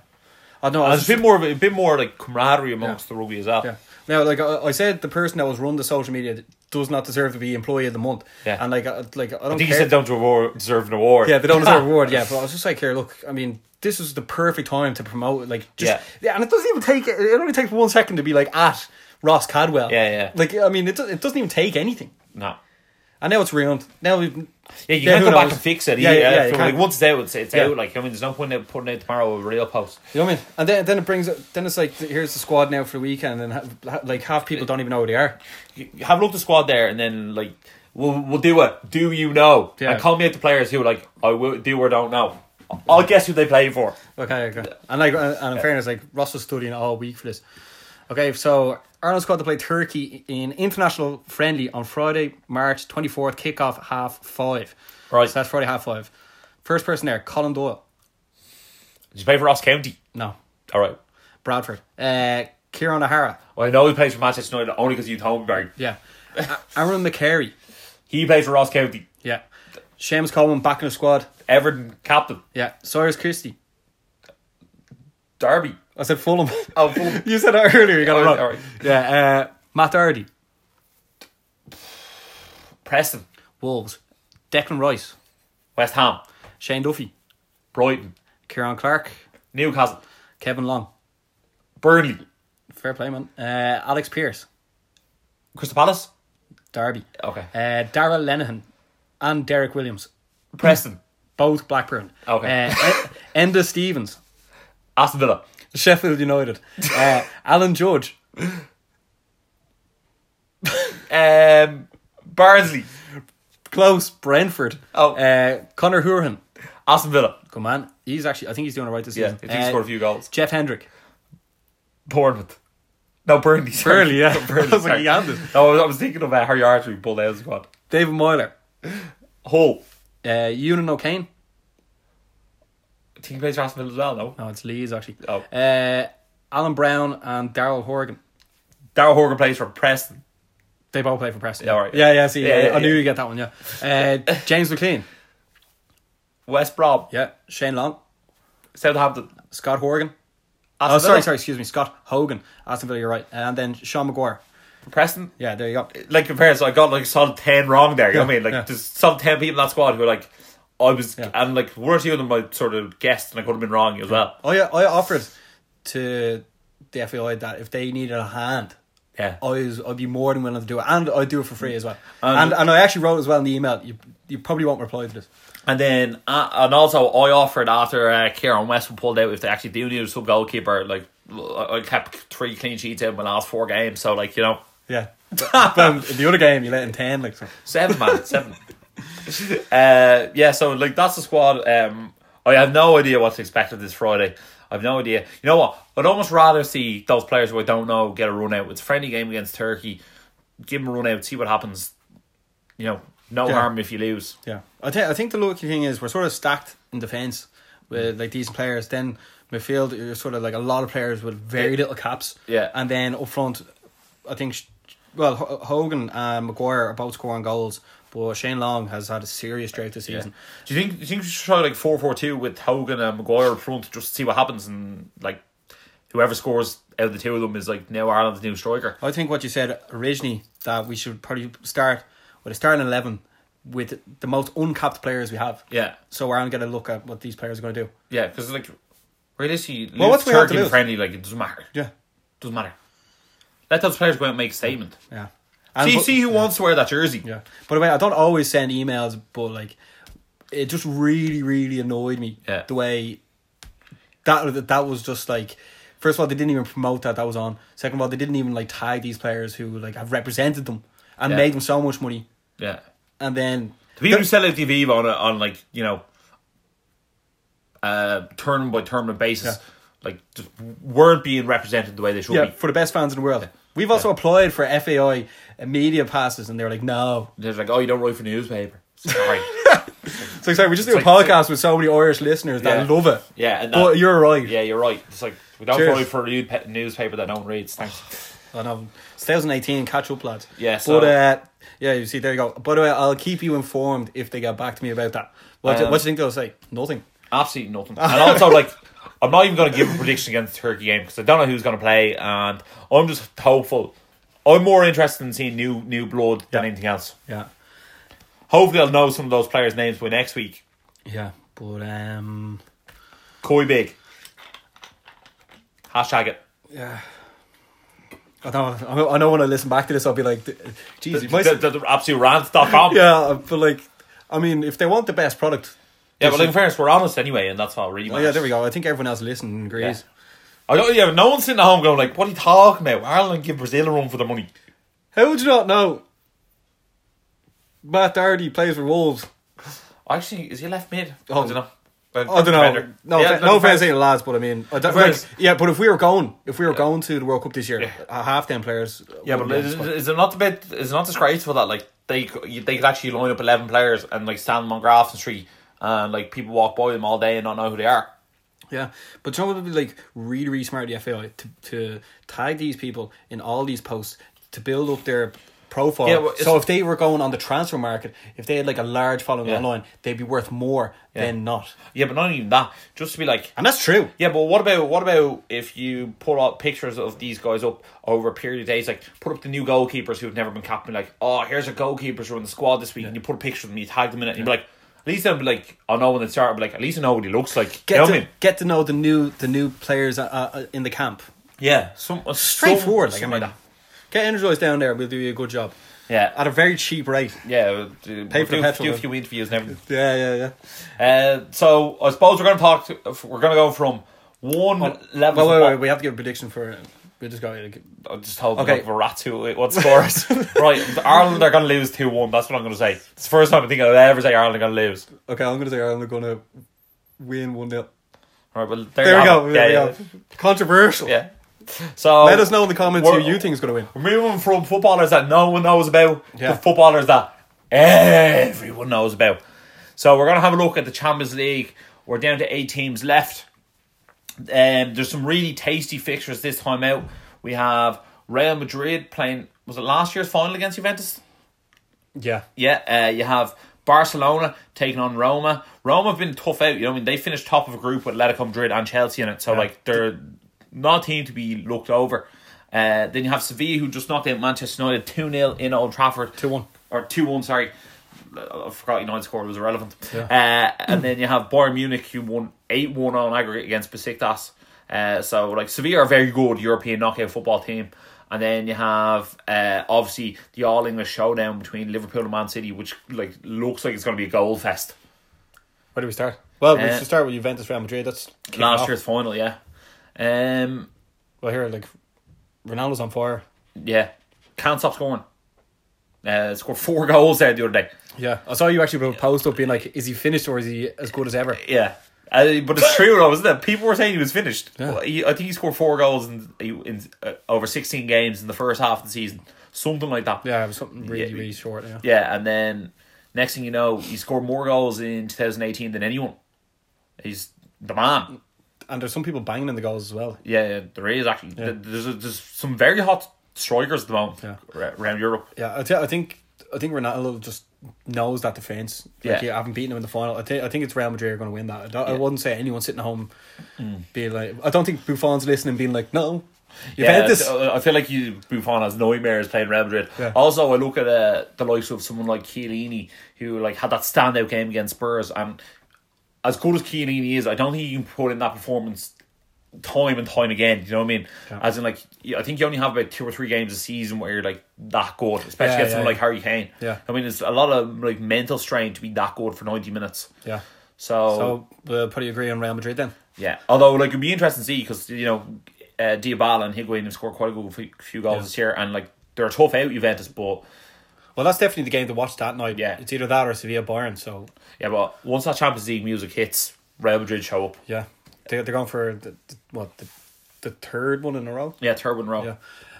S2: I know. I
S1: And
S2: was
S1: there's a bit more of a, a bit more like camaraderie amongst the rugby as well.
S2: Yeah. Now, like I, I said, the person that was run the social media does not deserve to be employee of the month.
S1: Yeah.
S2: And like, I, like I don't
S1: I think
S2: care.
S1: you said don't reward, deserve an award.
S2: yeah, they don't deserve a reward. Yeah, but I was just like, here, look. I mean, this is the perfect time to promote. Like, just
S1: Yeah.
S2: yeah. and it doesn't even take. It only takes one second to be like at Ross Cadwell.
S1: Yeah, yeah.
S2: Like, I mean, it do- it doesn't even take anything.
S1: No.
S2: And now it's ruined. Now we.
S1: Yeah, you
S2: Yeah,
S1: can't
S2: who
S1: go back
S2: knows?
S1: and fix it.
S2: Yeah,
S1: Yeah,
S2: yeah, yeah, you
S1: From,
S2: can't.
S1: like once it's out, it's, it's
S2: Yeah.
S1: out. Like I mean, there's no point in putting it tomorrow with a real post.
S2: You know what I mean? And then, then it brings then it's like here's the squad now for the weekend and ha- ha- like half people don't even know who they are.
S1: You you have a look at the squad there, and then like we'll we'll do it. Do you know?
S2: Yeah.
S1: And call me at the players who are like I will do or don't know. I'll guess who they play for.
S2: Okay, okay. And like, uh, and in fairness, like Ross was studying all week for this. Okay, so Ireland's got to play Turkey in international friendly on Friday, March twenty fourth, kickoff half five.
S1: Right.
S2: So that's Friday half five. First person there, Colin Doyle.
S1: Did you play for Ross County?
S2: No,
S1: All right.
S2: Bradford. Uh, Kieran O'Hara.
S1: Well, I know he plays for Manchester United only because you told me. Barry.
S2: Yeah. A- Aaron McCary.
S1: He plays for Ross County.
S2: Yeah. Seamus Coleman back in the squad.
S1: Everton captain.
S2: Yeah. Cyrus Christie.
S1: Derby.
S2: I said Fulham.
S1: Oh, Fulham.
S2: you said that earlier. You got it
S1: Alright,
S2: wrong.
S1: alright.
S2: Yeah. Uh, Matt Doherty.
S1: Preston.
S2: Wolves. Declan Rice.
S1: West Ham.
S2: Shane Duffy.
S1: Brighton.
S2: Kieran Clark,
S1: Newcastle.
S2: Kevin Long.
S1: Burnley.
S2: Fair play, man. Uh, Alex Pierce,
S1: Crystal Palace.
S2: Derby.
S1: Okay.
S2: Uh, Dara Lenihan and Derek Williams,
S1: Preston.
S2: both Blackburn.
S1: Okay.
S2: Uh, E- Enda Stevens,
S1: Aston Villa.
S2: Sheffield United. Uh, Alan George,
S1: Um, Barnsley.
S2: close Brentford.
S1: Oh.
S2: Uh, Connor Hurhan.
S1: Aston Villa.
S2: Good man. He's actually, I think he's doing all right this
S1: Yeah,
S2: season. Uh,
S1: I think he scored a few goals.
S2: Jeff Hendrick.
S1: Bournemouth. No, Burnley. sorry.
S2: Burnley, yeah.
S1: No, Burnley,
S2: I was like,
S1: sorry.
S2: he handed.
S1: No, I was, I was thinking of uh, Harry Archer who pulled out of the squad.
S2: David Moyler.
S1: Hull.
S2: Uh, Ewan O'Kane.
S1: I think he plays for Aston Villa as well, no?
S2: No, it's Leeds actually.
S1: Oh.
S2: Uh, Alan Brown and Daryl Horgan.
S1: Darrell Horgan plays for Preston.
S2: They both play for Preston.
S1: Yeah, all right.
S2: yeah, yeah. See,
S1: Yeah,
S2: yeah,
S1: yeah,
S2: I knew
S1: yeah.
S2: you'd get that one. Yeah, uh, James McLean.
S1: West Brom.
S2: Yeah, Shane Long,
S1: Southampton.
S2: Scott Horgan.
S1: Aston
S2: Oh, sorry,
S1: Villa.
S2: sorry. Excuse me, Scott Hogan. Aston Villa, you're right. And then Sean McGuire.
S1: Preston.
S2: Yeah, there you go.
S1: Like compared, so I got like a solid ten wrong there. You know what I mean? Like
S2: yeah.
S1: there's some ten people in that squad who are like, I was,
S2: Yeah.
S1: and like one or two of them I sort of guessed, and I could have been wrong as well.
S2: Oh yeah, I offered to the FAI that if they needed a hand,
S1: Yeah.
S2: I was, I'd be more than willing to do it, and I'd do it for free as well.
S1: And-
S2: And and, I actually wrote as well in the email. You you probably won't reply to this.
S1: And then, uh, and also, I offered after uh, Kieran West were pulled out if they actually do need a sub goalkeeper. Like, I I kept three clean sheets in my last four games, so like you know,
S2: Yeah. but um, in the other game, you let in ten. Like so.
S1: seven man, seven. Uh, yeah, so like that's the squad. Um, I have no idea what's expected this Friday. I've no idea. You know what? I'd almost rather see those players who I don't know get a run out. It's a friendly game against Turkey. Give them a run out. See what happens. You know, no
S2: Yeah.
S1: harm if you lose.
S2: Yeah, I think I think the lucky thing is we're sort of stacked in defence with like these players. Then midfield, you're sort of like a lot of players with very little caps.
S1: Yeah.
S2: and then up front, I think, sh- well, Ho- Hogan and Maguire are both scoring goals, but Shane Long has had a serious drought this season.
S1: Do you think? Do you think we should try like four four two with Hogan and Maguire up front just to see what happens and like whoever scores out of the two of them is like now Ireland's new striker.
S2: I think what you said originally that we should probably start with a starting eleven with the most uncapped players we have.
S1: Yeah,
S2: So I'm going to look at what these players are going to do.
S1: yeah, because like realistically,
S2: Well,
S1: lose
S2: what's we have to
S1: Turkey in
S2: lose?
S1: friendly like it doesn't matter.
S2: Yeah,
S1: Doesn't matter. Let those players go out and make a statement.
S2: yeah.
S1: see,
S2: but-
S1: see who wants to wear that jersey.
S2: Yeah. By the way, I don't always send emails, but like, it just really, really annoyed me.
S1: Yeah.
S2: The way that that- that was just like. First of all, they didn't even promote that that was on. Second of all, they didn't even like tag these players who like have represented them and
S1: Yeah.
S2: made them so much money.
S1: Yeah.
S2: and then
S1: The people who sell out the Aviva on a, on like you know, uh, tournament by tournament basis,
S2: Yeah.
S1: like just weren't being represented the way they should
S2: yeah,
S1: be.
S2: for the best fans in the world. We've also applied for FAI media passes, and they're like, no.
S1: They're like, oh, you don't write for the newspaper. Sorry.
S2: So sorry, we just do
S1: It's
S2: a
S1: like-
S2: podcast with so many Irish listeners that
S1: Yeah.
S2: love it.
S1: yeah, and that,
S2: But you're right.
S1: yeah, you're right. It's like we don't
S2: Cheers.
S1: write for a new pe- newspaper that don't reads. Thanks.
S2: I know. It's 2018 catch up, lads.
S1: Yeah, so-
S2: But uh, yeah, you see, there you go. By the way, I'll keep you informed if they get back to me about that. What, do,
S1: Um,
S2: what do you think they'll say? Nothing.
S1: Absolutely nothing. And also, like, I'm not even going to give a prediction against the Turkey game because I don't know who's going to play, and I'm just hopeful. I'm more interested in seeing new new blood than
S2: Yeah.
S1: anything else.
S2: Yeah.
S1: Hopefully, I'll know some of those players' names by next week.
S2: Yeah. But um,
S1: Koi Big. Hashtag it.
S2: I don't, I don't- I know when I listen back to this, I'll be like,
S1: The,
S2: jeez, you might
S1: the, the, absolute rant.com. yeah,
S2: Yeah, but like, I mean, if they want the best product.
S1: yeah, but in fairness, we're honest anyway, and that's all really
S2: Oh,
S1: matters.
S2: yeah, there we go. I think everyone else listening agrees.
S1: I don't, yeah, no one's sitting at home going, like, what are you talking about? Ireland give Brazil a run for the money.
S2: How would you not know? Matt Doherty plays for Wolves.
S1: Actually, is he left mid?
S2: Oh.
S1: I don't know.
S2: I don't know. No,
S1: Yeah,
S2: offe- no offense
S1: defender.
S2: to the lads, but I mean, I don't, like,
S1: Defenders.
S2: yeah. But if we were going, if we were going to the World Cup this year, uh, half them players.
S1: Yeah, but is, is it not a bit? Is it not disgraceful that like they c- they could actually line up eleven players and like stand them on Grafton Street and like people walk by them all day and not know who they are?
S2: yeah, but you know what would be like really, really smart the FAI to to tag these people in all these posts to build up their profile.
S1: Yeah, well, it's-
S2: so if they were going on the transfer market, if they had like a large following
S1: Yeah.
S2: online, they'd be worth more than not,
S1: Yeah, but not even that. Just to be like,
S2: and that's true.
S1: yeah, but what about what about if you put up pictures of these guys up over a period of days? Like, put up the new goalkeepers who've never been captain. Like, oh, here's a goalkeepers who are in the squad this week, and you put a picture of them, you tag them in it, and you're like, at least they'll be like, I know when they start, but like, at least I know what he looks like.
S2: Get
S1: you know what I
S2: to
S1: mean?
S2: get to know the new the new players uh, uh, in the camp.
S1: Yeah, some uh,
S2: Straightforward, like I
S1: something
S2: mean, get energized down there. We'll do you a good job
S1: Yeah,
S2: at a very cheap rate.
S1: Yeah, pay
S2: Pay for the
S1: do,
S2: petrol,
S1: do a
S2: then.
S1: few interviews and everything.
S2: Yeah, yeah, yeah.
S1: Uh, so I suppose we're going to talk. To, we're going to go from one level.
S2: Well, Oh, wait,
S1: of-
S2: wait, we have to give a prediction for. We just got.
S1: I just hope
S2: Okay.
S1: okay. Veratu what scores. right, Ireland are going to lose two one. That's what I'm going to say. It's the first time I think I'll ever say Ireland are going to lose.
S2: Okay, I'm gonna say Ireland are gonna win one 0
S1: All right, well there,
S2: There
S1: you
S2: we
S1: have
S2: go.
S1: it.
S2: There
S1: yeah,
S2: we go. Controversial.
S1: yeah, yeah. So
S2: Let us know in the comments who
S1: We're-
S2: you think is gonna win.
S1: We're moving from footballers that no one knows about
S2: Yeah.
S1: to footballers that everyone knows about. So we're gonna have a look at the Champions League. We're down to eight teams left. Um, there's some really tasty fixtures this time out. We have Real Madrid playing. Was it last year's final against Juventus?
S2: Yeah.
S1: Yeah. Uh, you have Barcelona taking on Roma. Roma have been tough out. You know, I mean, they finished top of a group with Atletico Madrid and Chelsea in it. So like they're not a team to be looked over. Uh, then you have Sevilla who just knocked out Manchester United two 0 in Old Trafford.
S2: 2-1.
S1: or two one. Sorry, I forgot United score was irrelevant. Uh,
S2: Yeah.
S1: and then you have Bayern Munich who won eight one on aggregate against Besiktas. Uh, so like Sevilla are a very good European knockout football team. And then you have uh, obviously the All English showdown between Liverpool and Man City, which like looks like it's going to be a goal fest.
S2: Where do we start? Well, we
S1: Uh,
S2: should start with Juventus Real Madrid. That's kicking
S1: Last
S2: off.
S1: year's final, yeah, um,
S2: Well, here like Ronaldo's on fire.
S1: yeah, can't stop scoring. Uh, scored four goals there the other day.
S2: Yeah, I saw you actually put a post up being like, "Is he finished or is he as good as ever?"
S1: Yeah. Uh, but it's true though, isn't it? People were saying he was finished.
S2: Yeah.
S1: Well, he, I think he scored four goals in, in uh, over sixteen games in the first half of the season, something like that.
S2: Yeah, it was something really,
S1: Yeah.
S2: really short. Yeah.
S1: Yeah, and then next thing you know, he scored more goals in 2018 than anyone. He's the man.
S2: and there's some people banging in the goals as well.
S1: Yeah, yeah, there is actually. th- There's there's some very hot strikers at the moment
S2: Yeah.
S1: ra- around Europe.
S2: Yeah, I, thi- I think I think Ronaldo just knows that defense.
S1: Yeah.
S2: Like you haven't beaten him in the final. I think I think it's Real Madrid are going to win that. I, don't- I
S1: Yeah. Mm.
S2: wouldn't say anyone sitting at home being like. I don't think Buffon's listening, being like, no,
S1: Yeah, uh,
S2: Juventus. Yeah,
S1: I I feel like you Buffon has nightmares playing Real Madrid.
S2: Yeah.
S1: Also, I look at uh, the likes of someone like Chiellini, who like had that standout game against Spurs, and as good as Chiellini is, I don't think you can put in that performance time and time again. You know what I mean? As in, like, you- I think you only have about two or three games a season where you're like that good, especially
S2: Yeah,
S1: against
S2: yeah,
S1: someone
S2: yeah.
S1: like Harry Kane.
S2: Yeah.
S1: I mean, it's a lot of like mental strain to be that good for ninety minutes. So,
S2: So we'll probably agree on Real Madrid then.
S1: yeah, although like it'd be interesting to see because you know uh, Diabala and Higuain have scored quite a good few- few goals
S2: Yeah.
S1: this year, and like they're a tough out Juventus, but
S2: Well, that's definitely the game to watch that night.
S1: Yeah.
S2: It's either that or Sevilla Bayern. So,
S1: Yeah, but once that Champions League music hits, Real Madrid show up.
S2: yeah. They're, they're going for the, the, what, the, the third one in a row?
S1: Yeah, third one row.
S2: Yeah.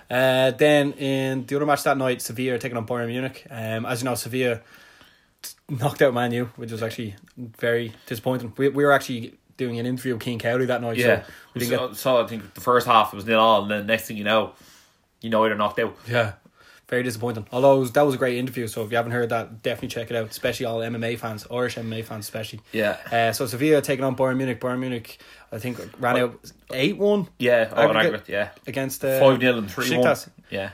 S2: Uh, then in the other match that night, Sevilla are taking on Bayern Munich. Um, as you know, Sevilla t- knocked out Manu, which was actually very disappointing. We, we were actually doing an interview with Keane Cowley that night.
S1: Yeah.
S2: So we didn't
S1: so, so I think the first half it was nil all, and then next thing you know, you know they're knocked out.
S2: get, yeah. Very disappointing. Although it was- that was a great interview, so if you haven't heard that, definitely check it out. Especially all MMA fans, Irish MMA fans, especially.
S1: Yeah.
S2: Uh, so Sevilla taking on Bayern Munich. Bayern Munich, I think, ran out eight one
S1: Yeah, oh, and
S2: Aggregate-
S1: aggregate, yeah.
S2: against uh,
S1: 5 0 and 3 1.
S2: Besiktas.
S1: Yeah.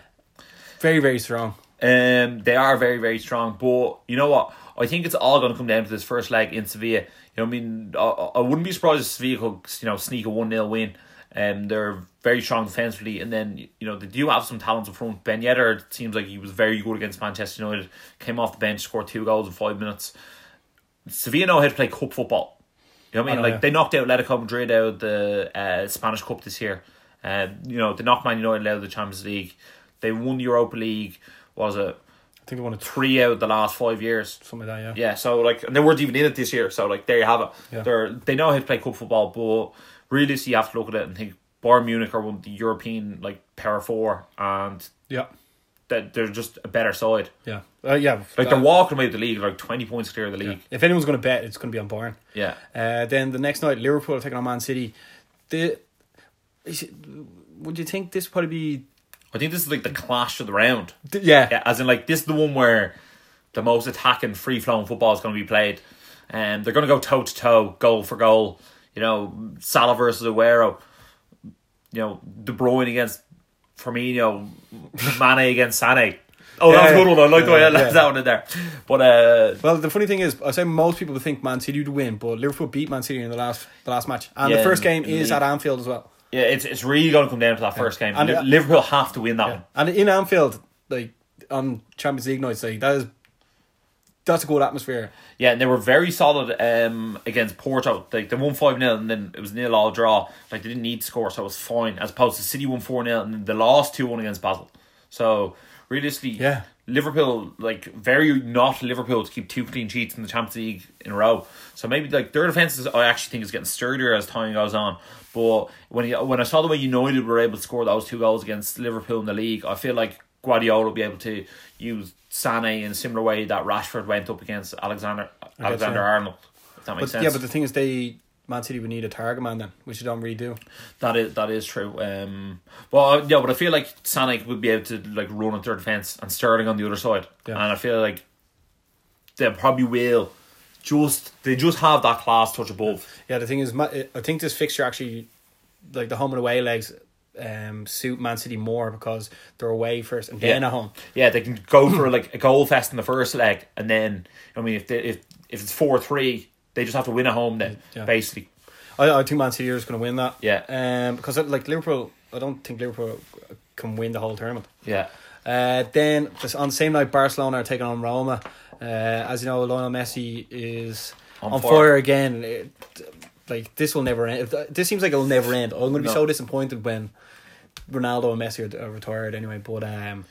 S2: Very very strong.
S1: Um, they are very, very strong. But you know what? I think it's all going to come down to this first leg in Sevilla. You know, what I mean, I, I wouldn't be surprised if Sevilla could, you know, sneak a one 0 win. Um, they're very strong defensively, and then you know they do have some talents in front. Ben Yedder it seems like he was very good against Manchester United. Came off the bench, scored two goals in five minutes. Sevilla know how to play cup football. You know what I mean?
S2: I know,
S1: like
S2: yeah.
S1: they knocked out Atletico Madrid out of the uh, Spanish Cup this year. Um, you know they knocked Man United out of the Champions League. They won the Europa League. What Was it
S2: I think they won a tr-
S1: three out of the last five years.
S2: something like that.
S1: Yeah, so like, and they weren't even in it this year. So like, there you have it.
S2: Yeah.
S1: They're they know how to play cup football, but realistically, you have to look at it and think Bayern Munich are one of the European like power four, and
S2: Yeah.
S1: that they're just a better side.
S2: Yeah. Uh, yeah.
S1: Like they're walking away with the league, like twenty points clear of the league.
S2: If anyone's going to bet, it's going to be on Bayern.
S1: Yeah,
S2: Uh, then the next night, Liverpool are taking on Man City. The is it- would you think this would probably be?
S1: I think this is like the clash of the round.
S2: th- yeah,
S1: Yeah, as in like this is the one where the most attacking, free flowing football is going to be played, and they're going to go toe to toe, goal for goal. You know, Salah versus Aguero. You know, De Bruyne against Firmino, Mane against Sané. Oh, that was a
S2: Yeah,
S1: good one. I like the way I
S2: yeah,
S1: left that one in there. But uh,
S2: Well, the funny thing is, I say most people think Man City would win, but Liverpool beat Man City in the last the last match, and the
S1: Yeah,
S2: first game
S1: in- in the
S2: is
S1: league.
S2: at Anfield as well.
S1: yeah, it's it's really going to come down to that first game.
S2: And,
S1: Li-
S2: uh,
S1: Liverpool have to win that one.
S2: And in Anfield, like on Champions League nights, like that is that's a good atmosphere.
S1: Yeah, and they were very solid um, against Porto. Like they won five 0 and then it was nil all draw. Like they didn't need to score, so it was fine. As opposed to City won four 0 and then they lost two one against Basel. So realistically,
S2: Yeah.
S1: Liverpool like very not Liverpool to keep two clean sheets in the Champions League in a row. So maybe like their defense is I actually think is getting sturdier as time goes on. But when you, when I saw the way United were able to score those two goals against Liverpool in the league, I feel like Guardiola will be able to use Sane in a similar way that Rashford went up against Alexander Alexander Arnold. If that makes
S2: But
S1: sense.
S2: yeah, but the thing is, they Man City would need a target man then, which they don't really do.
S1: That is that is true. Um, well, yeah, but I feel like Sonic would be able to like run at their defense and Sterling on the other side,
S2: Yeah.
S1: and I feel like they probably will. Just they just have that class touch above.
S2: Yeah, the thing is, Ma- I think this fixture actually, like the home and away legs, um, suit Man City more because they're away first and then
S1: Yeah.
S2: at home.
S1: Yeah, they can go for like a goal fest in the first leg, and then I mean, if they, if if it's four three, they just have to win at home then
S2: Yeah.
S1: basically.
S2: I, I think Man City is going to win that.
S1: Yeah.
S2: Um, because like Liverpool, I don't think Liverpool can win the whole tournament.
S1: Yeah,
S2: Uh, then just on the same night, Barcelona are taking on Roma. Uh, as you know, Lionel Messi is on,
S1: On
S2: fire.
S1: fire.
S2: again. It, like this will never end. If- This seems like it'll never end. I'm going to be
S1: No.
S2: so disappointed when Ronaldo and Messi are, are retired anyway. But um,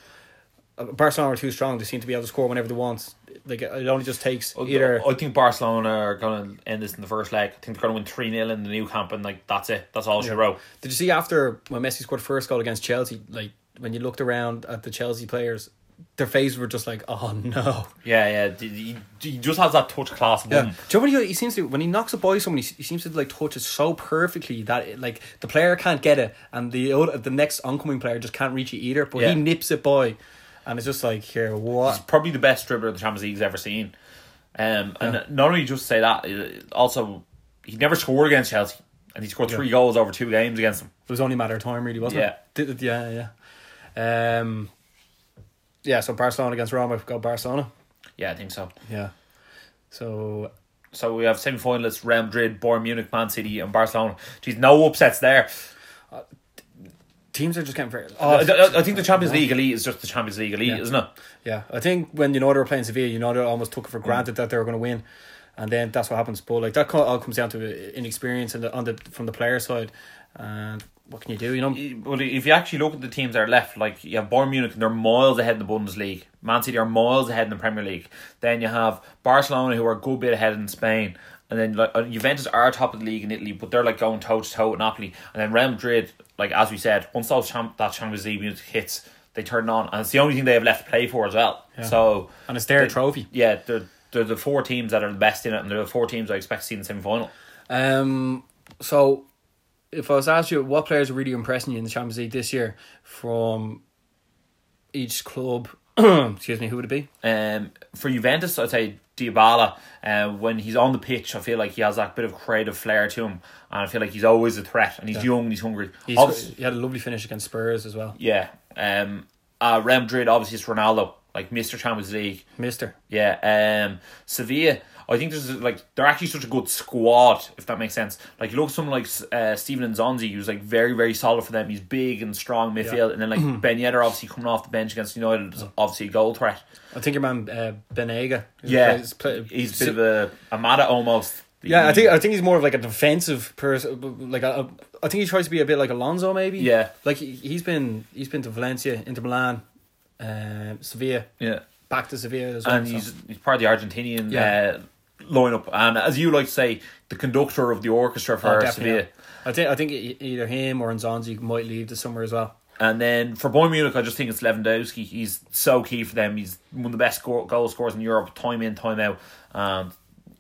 S2: Barcelona are too strong. They seem to be able to score whenever they want. Like it only just takes either.
S1: I think Barcelona are gonna end this in the first leg. I think they're gonna win three 0 in the new camp, and like that's it. That's all she wrote.
S2: Did you see after when Messi scored first goal against Chelsea? Like when you looked around at the Chelsea players, their faces were just like, "Oh no."
S1: Yeah, yeah. d- d- He, just has that touch class. of
S2: Yeah.
S1: one.
S2: Do you know what he, he seems to when he knocks a ball someone he, he seems to like touch it so perfectly that it, like the player can't get it and the other, the next oncoming player just can't reach it either but
S1: Yeah.
S2: he nips it by and it's just like here
S1: He's
S2: what
S1: probably the best dribbler the Champions League's ever seen. Um, and not only just say that, uh, also he never scored against Chelsea, and he scored three goals over two games against them.
S2: it was only a matter of time really wasn't
S1: Yeah.
S2: it Did- yeah yeah um yeah so Barcelona against Roma go Barcelona
S1: Yeah, I think so.
S2: yeah so
S1: So we have semi finalists: Real Madrid, Bayern Munich, Man City, and Barcelona. Geez, no upsets there.
S2: teams are just getting very
S1: I, I- I think the Champions League elite is just the Champions League elite,
S2: Oh, Yeah.
S1: isn't it?
S2: Yeah, I think when United were playing Sevilla, United almost took it
S1: Mm.
S2: for granted that they were going to win, and then that's what happens. But like that co- all comes down to inexperience and the, on the from the player side, and what can you do? You know,
S1: But if you actually look at the teams that are left, like you have Bayern Munich, and they're miles ahead in the Bundesliga. Man City are miles ahead in the Premier League. Then you have Barcelona, who are a good bit ahead in Spain. And then like, uh, Juventus are top of the league in Italy, but they're like going toe to toe with Napoli. And then Real Madrid, like as we said, once those champ- that Champions League music hits, they turn it on, and it's the only thing they have left to play for as well. So
S2: and it's their
S1: they-
S2: trophy.
S1: Yeah, they're, they're the four teams that are the best in it, and they're the four teams I expect to see in the semi final.
S2: Um, so if I was asked you what players are really impressing you in the Champions League this year from each club, excuse me, who would it be?
S1: Um, for Juventus, I'd say Diabala. Uh, when he's on the pitch, I feel like he has that bit of creative flair to him, and I feel like he's always a threat. And he's young, and he's hungry.
S2: He's,
S1: Obvi-
S2: he had a lovely finish against Spurs as well.
S1: yeah. Um, uh, Real Madrid obviously it's Ronaldo, like Mister Champions League.
S2: Mister.
S1: Yeah. Um, Sevilla. I think there's like they're actually such a good squad, if that makes sense. Like you look at someone like uh, Steven Nzonzi, who's like very very solid for them. He's big and strong midfield, and then like Ben Yedder obviously coming off the bench against United is obviously a goal threat.
S2: I think your man uh, Benega. is
S1: Yeah,
S2: a play- is play-
S1: he's a bit of a Amada almost.
S2: yeah, I think I think he's more of like a defensive person. Like a, a, I think he tries to be a bit like Alonso, maybe.
S1: Yeah.
S2: like he, he's been he's been to Valencia, Inter Milan, um, Sevilla,
S1: yeah,
S2: back to Sevilla as well.
S1: and
S2: so-
S1: he's he's part of the Argentinian
S2: Yeah.
S1: uh, lineup, and as you like to say, the conductor of the orchestra
S2: Oh,
S1: for
S2: definitely,
S1: Sevilla.
S2: yeah. I think I think e- either him or Nzonzi might leave this summer as well.
S1: And then for Bayern Munich, I just think it's Lewandowski. He's so key for them. He's one of the best score, goal scorers in Europe, time in, time out. And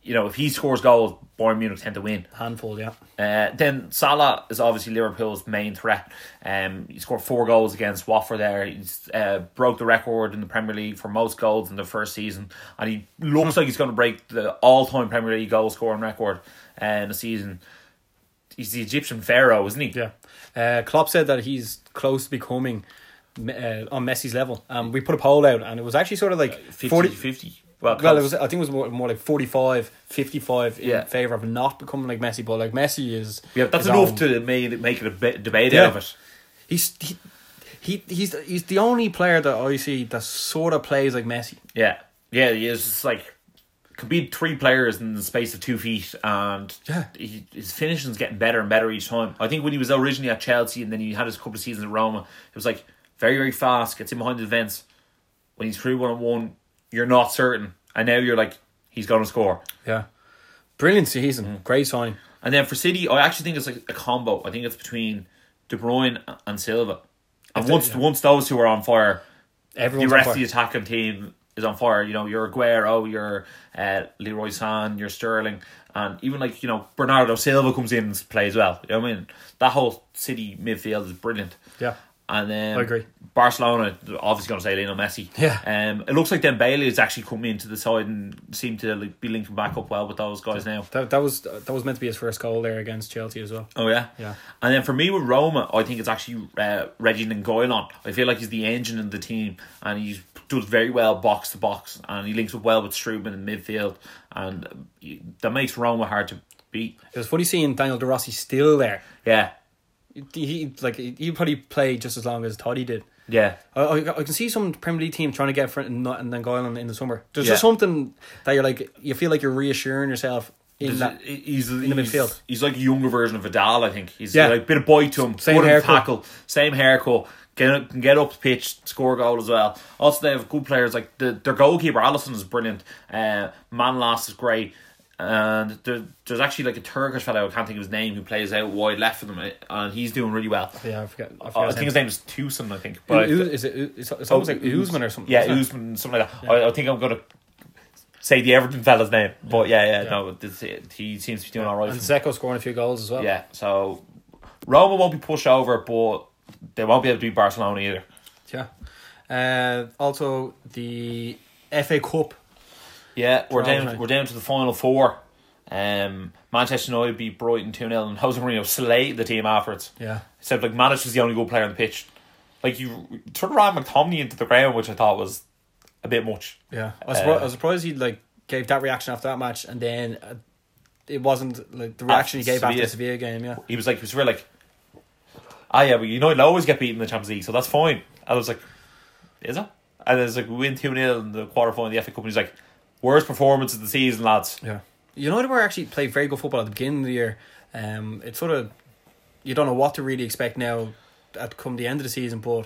S1: you know, if he scores goals, Bayern Munich tend to win.
S2: Handful, yeah.
S1: Uh, then Salah is obviously Liverpool's main threat. Um, he scored four goals against Watford there. He's uh, broke the record in the Premier League for most goals in the first season, and he looks like he's going to break the all-time Premier League goal scoring record uh, in a season. He's the Egyptian pharaoh, isn't he?
S2: Yeah. Uh, Klopp said that he's close to becoming Me- uh, on Messi's level. Um, we put a poll out and it was actually sort of like
S1: 50,
S2: 40
S1: 50. Well,
S2: Well, it
S1: close.
S2: was, I think it was more, more like 45, 55 in
S1: Yeah.
S2: favour of not becoming like Messi, but like Messi is.
S1: yeah, that's
S2: is
S1: enough
S2: on.
S1: to make, make it a bit debate
S2: Yeah.
S1: out of it.
S2: He's, he, he, he's, he's the only player that I see that sort of plays like Messi.
S1: Yeah, yeah, he is just like could be three players in the space of two feet, and
S2: Yeah.
S1: he, his finishing's getting better and better each time. I think when he was originally at Chelsea, and then he had his couple of seasons at Roma, it was like very very fast, gets in behind the defense. When he's three one on one, you're not certain, and now you're like he's gonna score.
S2: Yeah. Brilliant season.
S1: Mm.
S2: Great sign.
S1: And then for City, I actually think it's like a combo. I think it's between De Bruyne and Silva, and
S2: think-
S1: once once those two are on fire. the
S2: Everyone's on
S1: rest of
S2: fire.
S1: the attacking team is on fire. You know, your Aguero, your uh, Leroy San, your Sterling, and even like you know Bernardo Silva comes in and plays well. You know what I mean? That whole City midfield is brilliant.
S2: Yeah.
S1: And then
S2: I agree.
S1: Barcelona obviously going to say Lionel Messi.
S2: Yeah.
S1: Um, it looks like then Bailey has actually come into the side and seemed to like, be linking back up well with those guys now.
S2: That, that was that was meant to be his first goal there against Chelsea as well.
S1: Oh yeah,
S2: Yeah.
S1: And then for me with Roma, I think it's actually uh, Reginald Goilon. I feel like he's the engine in the team, and he does very well box to box, and he links up well with Struben in midfield, and um, he- that makes Roma hard to beat.
S2: It was funny seeing Daniel De Rossi still there.
S1: Yeah,
S2: He- He like he probably played just as long as Toddy did.
S1: yeah,
S2: I, I, I can see some Premier League team trying to get front and not and then Goylan in the summer. There's just
S1: Yeah.
S2: something that you're like you feel like you're reassuring yourself in that.
S1: he's in
S2: the midfield.
S1: He's like a younger version of Vidal. I think he's
S2: Yeah.
S1: like a bit of bite to him.
S2: Same
S1: good in
S2: haircut.
S1: tackle, same haircut. Get up, can get up the pitch, score a goal as well. Also, they have good players like the, their goalkeeper Allison is brilliant. Uh, Manlas is great, and there, there's actually like a Turkish fellow I can't think of his name who plays out wide left for them, uh, and he's doing really well.
S2: Yeah, I forget. I, forget
S1: Uh, I
S2: his
S1: think
S2: name.
S1: his name is Tucson, I think.
S2: U-
S1: But
S2: U- is it? U- It's, it's almost like Usman or something.
S1: Oh, yeah,
S2: isn't it?
S1: Usman, something like that. I, I think I'm gonna say the Everton fella's name, but yeah, yeah, no, this, he seems to be doing all right.
S2: And
S1: for them.
S2: Zeko scoring a few goals as well.
S1: Yeah, so Roma won't be pushed over, but they won't be able to beat Barcelona either.
S2: yeah. Uh, also the FA Cup.
S1: Yeah, we're
S2: Toronto.
S1: down. We're down to the final four. Um, Manchester United beat Brighton two 0 and Jose Mourinho slayed the team afterwards.
S2: Yeah.
S1: Except like Manish was the only good player on the pitch. Like you turned around McTominay into the ground, which I thought was a bit much.
S2: Yeah, I was, surpri-
S1: Uh,
S2: I was surprised he like gave that reaction after that match, and then uh, it wasn't like the reaction he gave after the Sevilla game. Yeah,
S1: He was like, he was really like, ah yeah, but United always get beaten in the Champions League, so that's fine. And I was like, is it? And it's like we win two 0 in the quarter final of the FA Cup, and he's like, worst performance of the season, lads.
S2: yeah. United were actually played very good football at the beginning of the year. Um, it sort of you don't know what to really expect now at come the end of the season, but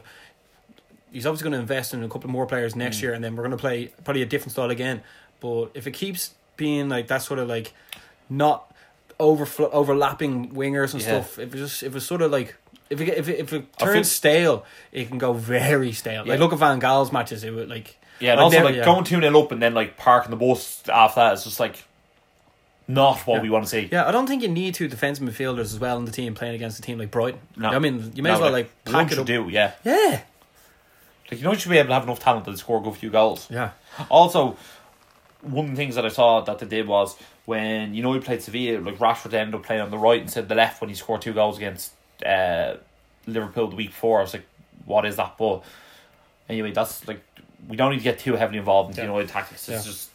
S2: he's obviously going to invest in a couple more players next
S1: Mm.
S2: year, and then we're going to play probably a different style again. But if it keeps being like that sort of like not overfl- overlapping wingers and
S1: Yeah.
S2: stuff, if it just if it's sort of like if it get- if it, if it
S1: I feel-
S2: turns stale, it can go very stale. Like
S1: Yeah.
S2: look at Van Gaal's matches, it would like
S1: Yeah, and
S2: I'd
S1: also
S2: never-
S1: like
S2: yeah.
S1: going two 0 up and then like parking the bus after that is just like not what
S2: Yeah.
S1: we want to see.
S2: Yeah, I don't think you need two defensive midfielders as well in the team playing against a team like Brighton.
S1: No.
S2: I mean, you may as
S1: No,
S2: well like
S1: one
S2: pack it
S1: should
S2: up.
S1: do, yeah.
S2: Yeah,
S1: Like you know you should be able to have enough talent to score a good few goals.
S2: yeah,
S1: Also, one of the things that I saw that they did was when you know he played Sevilla, like Rashford ended up playing on the right instead of the left when he scored two goals against uh, Liverpool the week before. I was like, what is that? But anyway, that's like we don't need to get too heavily involved in
S2: Yeah.
S1: you know tactics. It's
S2: Yeah.
S1: just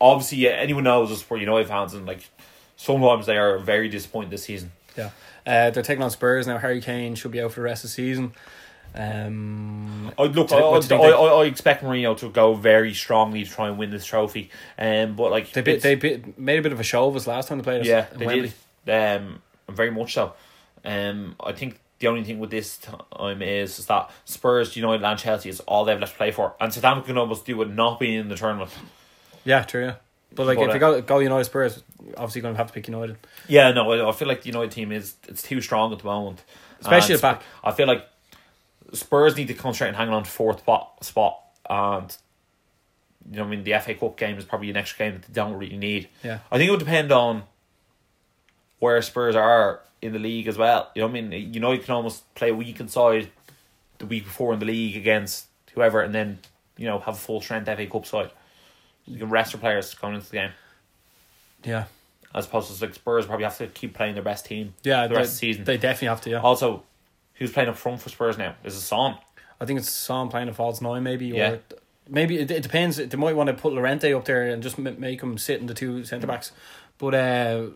S1: obviously yeah, anyone knows us for you know fans and like sometimes they are very disappointed this season.
S2: yeah. Uh, they're taking on Spurs now. Harry Kane should be out for the rest of the season. Um,
S1: I look. I,
S2: Do you- what
S1: I,
S2: do you think?
S1: I, I expect Mourinho to go very strongly to try and win this trophy. Um, but like
S2: they bit,
S1: it's-
S2: they bit, made a bit of a show of us last time they played us.
S1: Yeah,
S2: in
S1: they
S2: Wembley.
S1: did. Um, very much so. Um, I think the only thing with this time is, is that Spurs, United, and Chelsea is all they've left to play for, and Southampton can almost do with not being in the tournament.
S2: Yeah, true. Yeah. But like,
S1: But,
S2: if
S1: uh,
S2: you go go United Spurs, obviously going to have to pick United,
S1: Yeah, no, I, I feel like the United team is it's too strong at the moment,
S2: especially
S1: And
S2: the back.
S1: I feel like Spurs need to concentrate on hanging on to fourth spot, spot and you know, I mean, the FA Cup game is probably an extra game that they don't really need.
S2: Yeah.
S1: I think it would depend on where Spurs are in the league as well. You know, what I mean, you know, you can almost play a week inside the week before in the league against whoever, and then you know have a full strength FA Cup side. You can rest your players going into the game,
S2: Yeah,
S1: as opposed to like Spurs probably have to keep playing their best team.
S2: yeah.
S1: the
S2: they,
S1: rest of the season.
S2: they definitely have to. Yeah,
S1: Also, who's playing up front for Spurs now? Is it Son?
S2: I think it's Son playing a false nine, maybe.
S1: Yeah.
S2: Or maybe it, it depends. They might want to put Lorente up there and just m- make him sit in the two centre backs. But uh,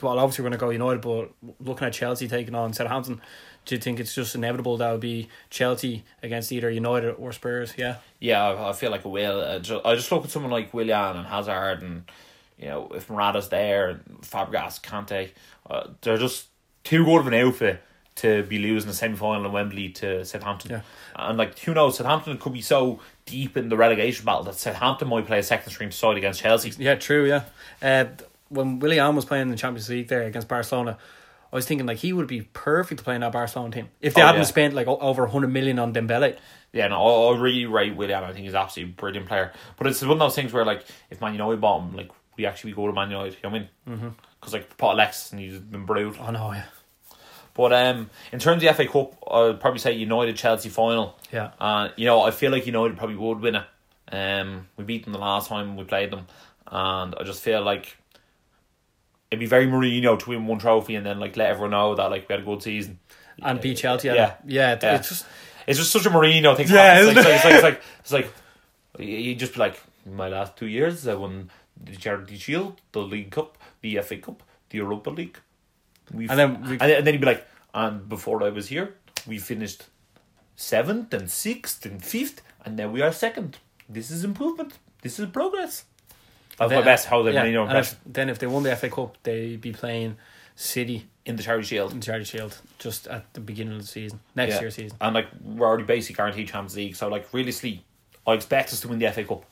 S2: well, obviously we're gonna go United. But looking at Chelsea taking on Southampton, do you think it's just inevitable that would be Chelsea against either United or Spurs? Yeah,
S1: Yeah, I, I feel like it will. Uh, ju- I just look at someone like Willian and Hazard, and you know if Morata's there, and Fabregas, Kante, uh, they're just too good of an outfit to be losing the semi final in Wembley to Southampton.
S2: Yeah.
S1: And like who knows, Southampton could be so deep in the relegation battle that Southampton might play a second string side against Chelsea.
S2: yeah, true. Yeah, uh, when Willian was playing in the Champions League there against Barcelona. I was thinking like he would be perfect to play in that Barcelona team if they
S1: Oh,
S2: hadn't
S1: yeah.
S2: spent like o- over hundred million on Dembele.
S1: Yeah, no, I, I really rate Willian. I think he's an absolutely brilliant player. But it's one of those things where like if Man United bought him, like we actually go to Man United. You know what I mean? Because like Pot Lex and he's been brutal.
S2: Oh no, yeah,
S1: But um, in terms of the FA Cup, I'd probably say United Chelsea final.
S2: yeah.
S1: Uh, you know, I feel like United probably would win it. Um, we beat them the last time we played them, and I just feel like it'd be very Mourinho to win one trophy and then like let everyone know that like we had a good season.
S2: and beat Chelsea. Yeah,
S1: Yeah.
S2: yeah. yeah, it-
S1: Yeah.
S2: It's just
S1: It's just such a Mourinho thing.
S2: Yeah,
S1: it's, like,
S2: isn't
S1: it's, like, it's like it's like it's like you just be like my last two years. I won the Charity Shield, the League Cup, the FA Cup, the Europa League. We
S2: And then we-
S1: and, then- and then he'd be like, and before I was here, we finished seventh and sixth and fifth, and now we are second. This is improvement. This is progress. That's my
S2: then-
S1: best Jose
S2: yeah,
S1: Mourinho
S2: and if,
S1: impression
S2: then if they won the FA Cup, they'd be playing City
S1: in the Charity Shield.
S2: in the Charity Shield just at the beginning of the season, next
S1: Yeah.
S2: year's season.
S1: And like we're already basically guaranteed Champions League, so like realistically, I expect us to win the FA Cup.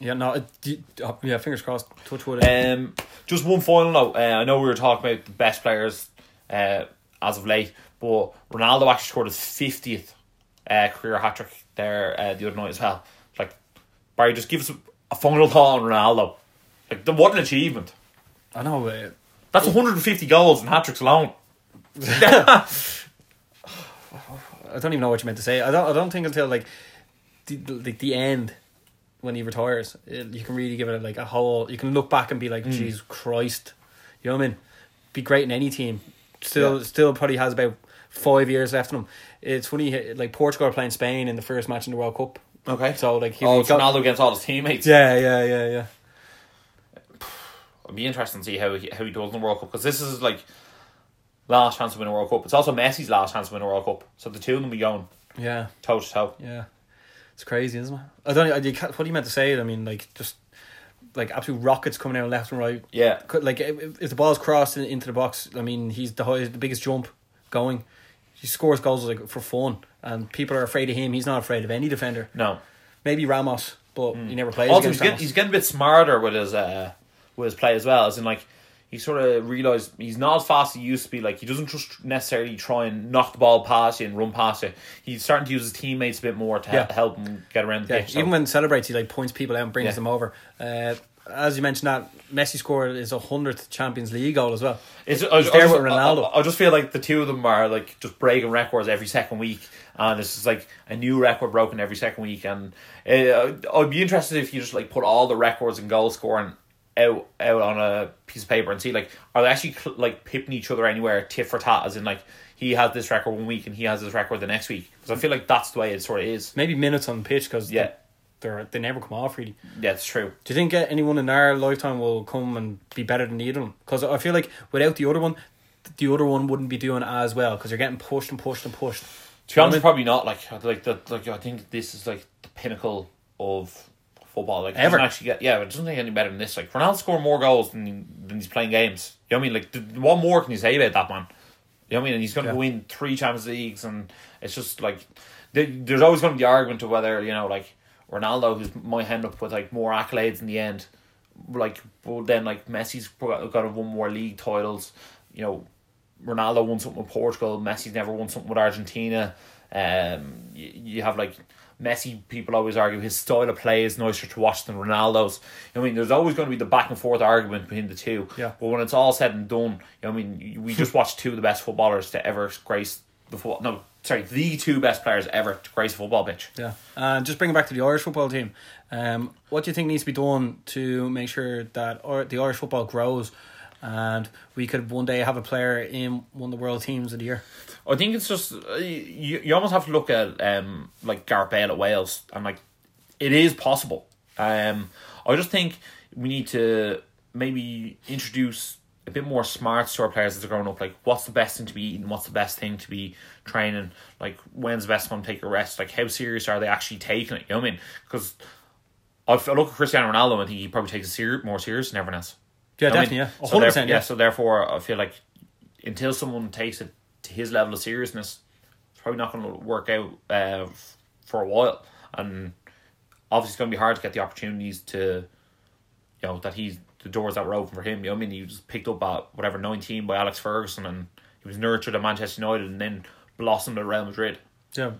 S2: Yeah, no, it, you- uh, yeah. Fingers crossed. Touch wood.
S1: Um, just one final note. Uh, I know we were talking about the best players uh, as of late, but Ronaldo actually scored his 50th uh, career hat trick there uh, the other night as well. Like, Barry, just give us a, a final thought on Ronaldo. Like, the, what an achievement.
S2: I know. Uh,
S1: That's 150 goals and hat tricks alone.
S2: I don't even know what you meant to say. I don't. I don't think until like the the, the end when he retires, it, you can really give it like a whole. You can look back and be
S1: Mm.
S2: like, "Jesus Christ," you know what I mean? Be great in any team. Still,
S1: Yeah.
S2: still probably has about five years left in him. It's funny, like Portugal are playing Spain in the first match in the World Cup.
S1: Okay. So,
S2: So like he
S1: oh,
S2: we
S1: it's
S2: go-
S1: Ronaldo against all his teammates.
S2: Yeah, yeah, yeah, yeah.
S1: It'll be interesting to see how he, how he does in the World Cup because this is like last chance to win a World Cup. It's also Messi's last chance to win a World Cup. So the two of them will be going
S2: Yeah,
S1: toe to toe.
S2: yeah. It's crazy, isn't it? I don't. I, you can't, what do you meant to say? I mean, like just like absolute rockets coming out left and right.
S1: Yeah.
S2: Could- Like if if the ball's crossed in- into the box, I mean, he's the highest, the biggest jump going. He scores goals like for fun, and people are afraid of him. He's not afraid of any defender.
S1: No.
S2: Maybe Ramos, but he never plays
S1: Hmm. Also, he's
S2: against
S1: getting,
S2: Ramos.
S1: he's getting a bit smarter with his uh, with his play as well. As in, like he sort of realized he's not as fast as he used to be. Like he doesn't just necessarily try and knock the ball past you and run past you. He's starting to use his teammates a bit more to he-
S2: Yeah.
S1: help him get around the
S2: Yeah,
S1: pitch. so-
S2: even when celebrates, he like points people out and brings
S1: Yeah.
S2: them over. Uh, as you mentioned, that Messi scored his hundredth Champions League goal as well.
S1: It's, I,
S2: there
S1: just,
S2: with Ronaldo.
S1: I- I, I just feel like the two of them are like just breaking records every second week, and it's just like a new record broken every second week. And uh, I'd be interested if you just like put all the records and goal scoring out out on a piece of paper and see like are they actually cl- like pipping each other anywhere tit for tat as in like he has this record one week and he has this record the next week because I feel like that's the way it sort of is.
S2: Maybe minutes on the pitch because
S1: Yeah.
S2: they are they never come off really.
S1: Yeah, it's true.
S2: Do you think uh, anyone in our lifetime will come and be better than either of them? Because I feel like without the other one, th- the other one wouldn't be doing as well because you're getting pushed and pushed and pushed.
S1: To be honest, probably not. Like, I'd like the like, I think this is like the pinnacle of football. Like, it
S2: Ever.
S1: doesn't actually get yeah, but it doesn't get any better than this. Like, Ronaldo scored more goals than, he- than he's playing games. You know what I mean? Like, th- what more can you say about that man? You know what I mean? And he's going to
S2: Yeah.
S1: win three Champions Leagues, and it's just like th- there's always going to be the argument of whether you know like Ronaldo who's might end up with like more accolades in the end, like but then like Messi's got to won more league titles. You know, Ronaldo won something with Portugal. Messi's never won something with Argentina. Um, you, you have like Messi. People always argue his style of play is nicer to watch than Ronaldo's. I mean, there's always going to be the back and forth argument between the two.
S2: Yeah.
S1: But when it's all said and done, you know, I mean, we just watched two of the best footballers to ever grace the football. No, sorry, the two best players ever to grace a football pitch.
S2: Yeah, and just bringing back to the Irish football team, um, what do you think needs to be done to make sure that or, the Irish football grows, and we could one day have a player in one of the world teams of the year?
S1: I think it's just uh, you, you almost have to look at um like Gareth Bale at Wales and like it is possible. Um, I just think we need to maybe introduce a bit more smarts to our players as they're growing up. Like, what's the best thing to be eating? What's the best thing to be training? Like, when's the best time to take a rest? Like, how serious are they actually taking it? You know what I mean? Because I f- I look at Cristiano Ronaldo and think he probably takes it ser- more serious than everyone else.
S2: Yeah,
S1: You know what I
S2: definitely.
S1: mean?
S2: Yeah,
S1: So
S2: hundred
S1: therefore-
S2: percent.
S1: Yeah,
S2: Yes.
S1: so therefore, I feel like until someone takes it to his level of seriousness, it's probably not going to work out uh, f- for a while. And obviously, it's going to be hard to get the opportunities to, you know, that he's the doors that were open for him. You know, what I mean, he was picked up at whatever nineteen by Alex Ferguson, and he was nurtured at Manchester United, and then blossomed at Real Madrid.
S2: Yeah.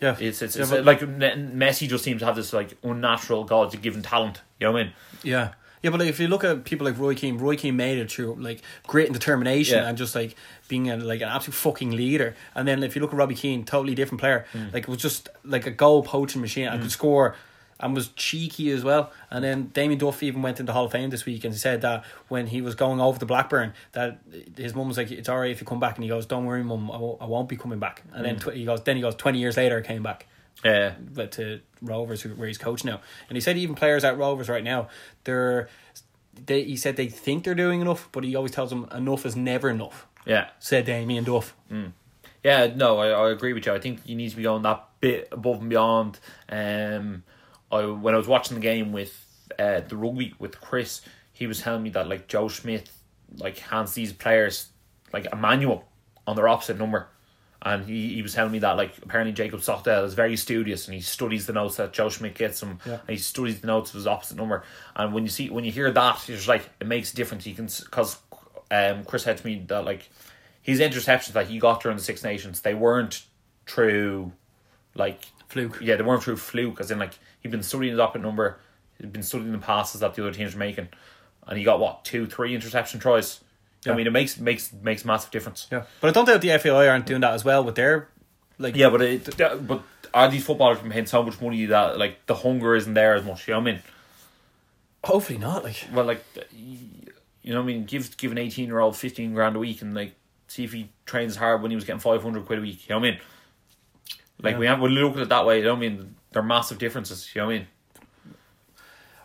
S2: Yeah.
S1: It's it's,
S2: Yeah,
S1: it's uh,
S2: but-
S1: like N- Messi just seems to have this like unnatural God given talent. You know what I mean?
S2: Yeah. Yeah, but like, if you look at people like Roy Keane, Roy Keane made it through like grit and determination
S1: Yeah.
S2: and just like being a, like an absolute fucking leader. And then if you look at Robbie Keane, totally different player. Like was just like a goal poaching machine and could score and was cheeky as well. And then Damien Duff even went into Hall of Fame this week and said that when he was going over to Blackburn, that his mum was like, "It's alright if you come back." And he goes, "Don't worry, mum, I won't, I won't be coming back." And then tw- he goes, then he goes, twenty years later, I came back
S1: Yeah,
S2: but to Rovers, who, where he's coach now. And he said even players at Rovers right now, they're they he said they think they're doing enough, but he always tells them enough is never enough.
S1: yeah.
S2: Said Damien Duff.
S1: Yeah, no, I, I agree with you. I think you need to be going that bit above and beyond. Um, I when I was watching the game with uh, the rugby with Chris, he was telling me that like Joe Smith, like hands these players like Emmanuel on their opposite number, and he, he was telling me that like apparently Jacob Sockdale is very studious and he studies the notes that Joe Schmidt gets him.
S2: Yeah.
S1: And he studies the notes of his opposite number, and when you see when you hear that, it's just like it makes a difference. You can because um, Chris had to me that like his interceptions that he got during the Six Nations, they weren't true, like
S2: Fluke.
S1: Yeah, they weren't true fluke. As in, like he'd been studying his opposite number, he'd been studying the passes that the other teams were making, and he got what two, three interception tries.
S2: Yeah.
S1: I mean, it makes makes makes massive difference.
S2: Yeah. But I don't doubt the FAI aren't doing that as well with their like
S1: Yeah, but it, th- but are these footballers been paying so much money that like the hunger isn't there as much? You know what I mean?
S2: hopefully not like
S1: Well, like y- you know what I mean. Give give an eighteen year old fifteen grand a week and like see if he trains hard when he was getting five hundred quid a week. You know what I mean? Like we have we look at it that way. You know what I mean? They're massive differences. You know what I mean?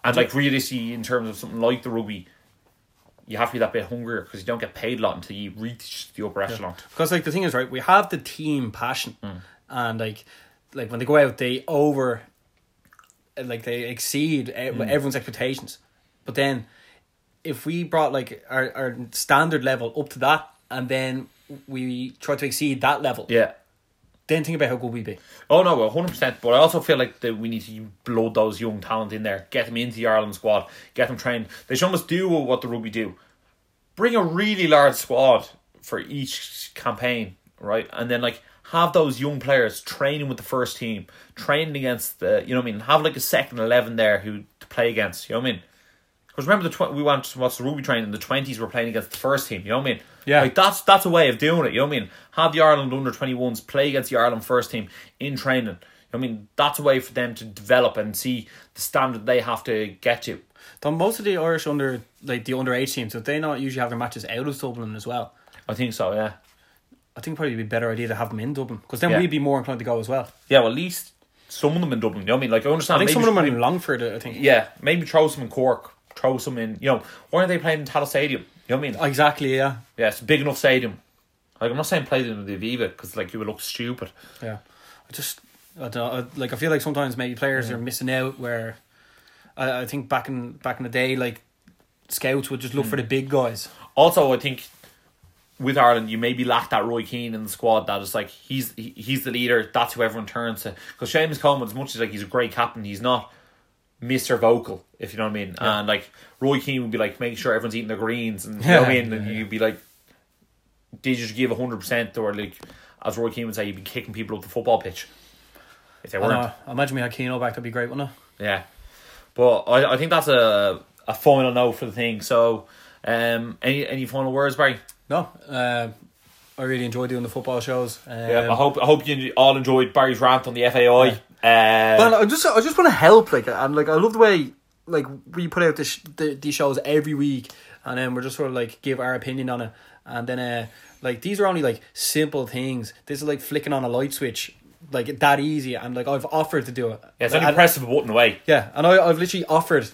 S1: And like realistically, in terms of something like the rugby, you have to be that bit hungrier because you don't get paid a lot until you reach the upper echelon.
S2: Because like the thing is, right, we have the team passion,
S1: Mm.
S2: and like, like
S1: Mm.
S2: when they go out, they over, like they exceed e- everyone's expectations. But then, if we brought like our, our standard level up to that, and then we try to exceed that level,
S1: Yeah.
S2: then think about how good we be.
S1: Oh no, one hundred percent. But I also feel like that we need to blow those young talent in there, get them into the Ireland squad, get them trained. They should almost do what the rugby do. Bring a really large squad for each campaign, right? And then like have those young players training with the first team, training against the you know what I mean. Have like a second eleven there who to play against. You know what I mean? Because remember the tw- we went to watch the rugby training in the twenties. We're playing against the first team. You know what I mean?
S2: Yeah.
S1: Like that's that's a way of doing it. You know what I mean? Have the Ireland under twenty ones play against the Ireland first team in training. I mean that's a way for them to develop and see the standard they have to get to.
S2: Don't most of the Irish under like the underage teams, don't they not usually have their matches out of Dublin as well?
S1: I think so. Yeah.
S2: I think probably it'd be a better idea to have them in Dublin because then
S1: Yeah.
S2: we'd be more inclined to go as well.
S1: Yeah. Well, at least some of them in Dublin. You know what I mean? Like I understand.
S2: I think
S1: maybe
S2: some of them are in Longford. I think
S1: Yeah. Maybe throw some in Cork. Throw some in. You know why are they playing in Tala Stadium? You know what I mean?
S2: exactly. Yeah,
S1: yeah, it's a big enough stadium. Like I'm not saying play them in the Aviva because like you would look stupid.
S2: yeah. I just I don't know, I, like I feel like sometimes maybe players are missing out where I, I think back in back in the day like scouts would just look for the big guys.
S1: Also, I think with Ireland, you maybe lack that Roy Keane in the squad. That is like he's he, he's the leader. That's who everyone turns to. Because Seamus Coleman, as much as like he's a great captain, he's not Mister Vocal, if you know what I mean. And like Roy Keane would be like making sure everyone's eating their greens, and you know what I
S2: Yeah.
S1: mean. And you'd be like, did you give hundred percent, or like as Roy Keane would say, you'd be kicking people up the football pitch if they
S2: I
S1: weren't.
S2: know. imagine we had Keno back, that'd be great, wouldn't it?
S1: Yeah. But I, I think that's a a final note for the thing. So um any any final words, Barry?
S2: No, uh, I really enjoy doing the football shows. Um,
S1: I hope I hope you all enjoyed Barry's rant on the FAI. Uh,
S2: But I just I just want to help, like, and like I love the way like we put out the sh- the, these shows every week, and then we're just sort of like give our opinion on it, and then uh like these are only like simple things. This is like flicking on a light switch, like that easy, and like I've offered to do it.
S1: yeah, it's only
S2: And-
S1: impressive button away.
S2: yeah, and I I've literally offered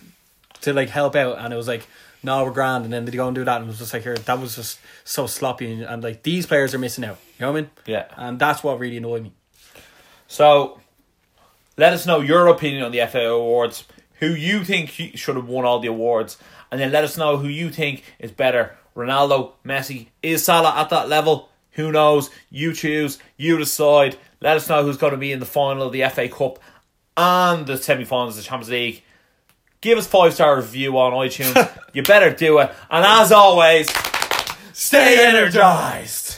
S2: to like help out, and it was like. No, we're grand, and then they go and do that, and it was just like, here, that was just so sloppy, and, and like these players are missing out. You know what I mean?
S1: Yeah.
S2: And that's what really annoyed me.
S1: So let us know your opinion on the FAI awards, who you think you should have won all the awards, and then let us know who you think is better. Ronaldo, Messi, is Salah at that level? Who knows? You choose, you decide. Let us know who's going to be in the final of the FA Cup and the semi finals of the Champions League. Give us five star review on iTunes. you better do it. And as always, stay energized.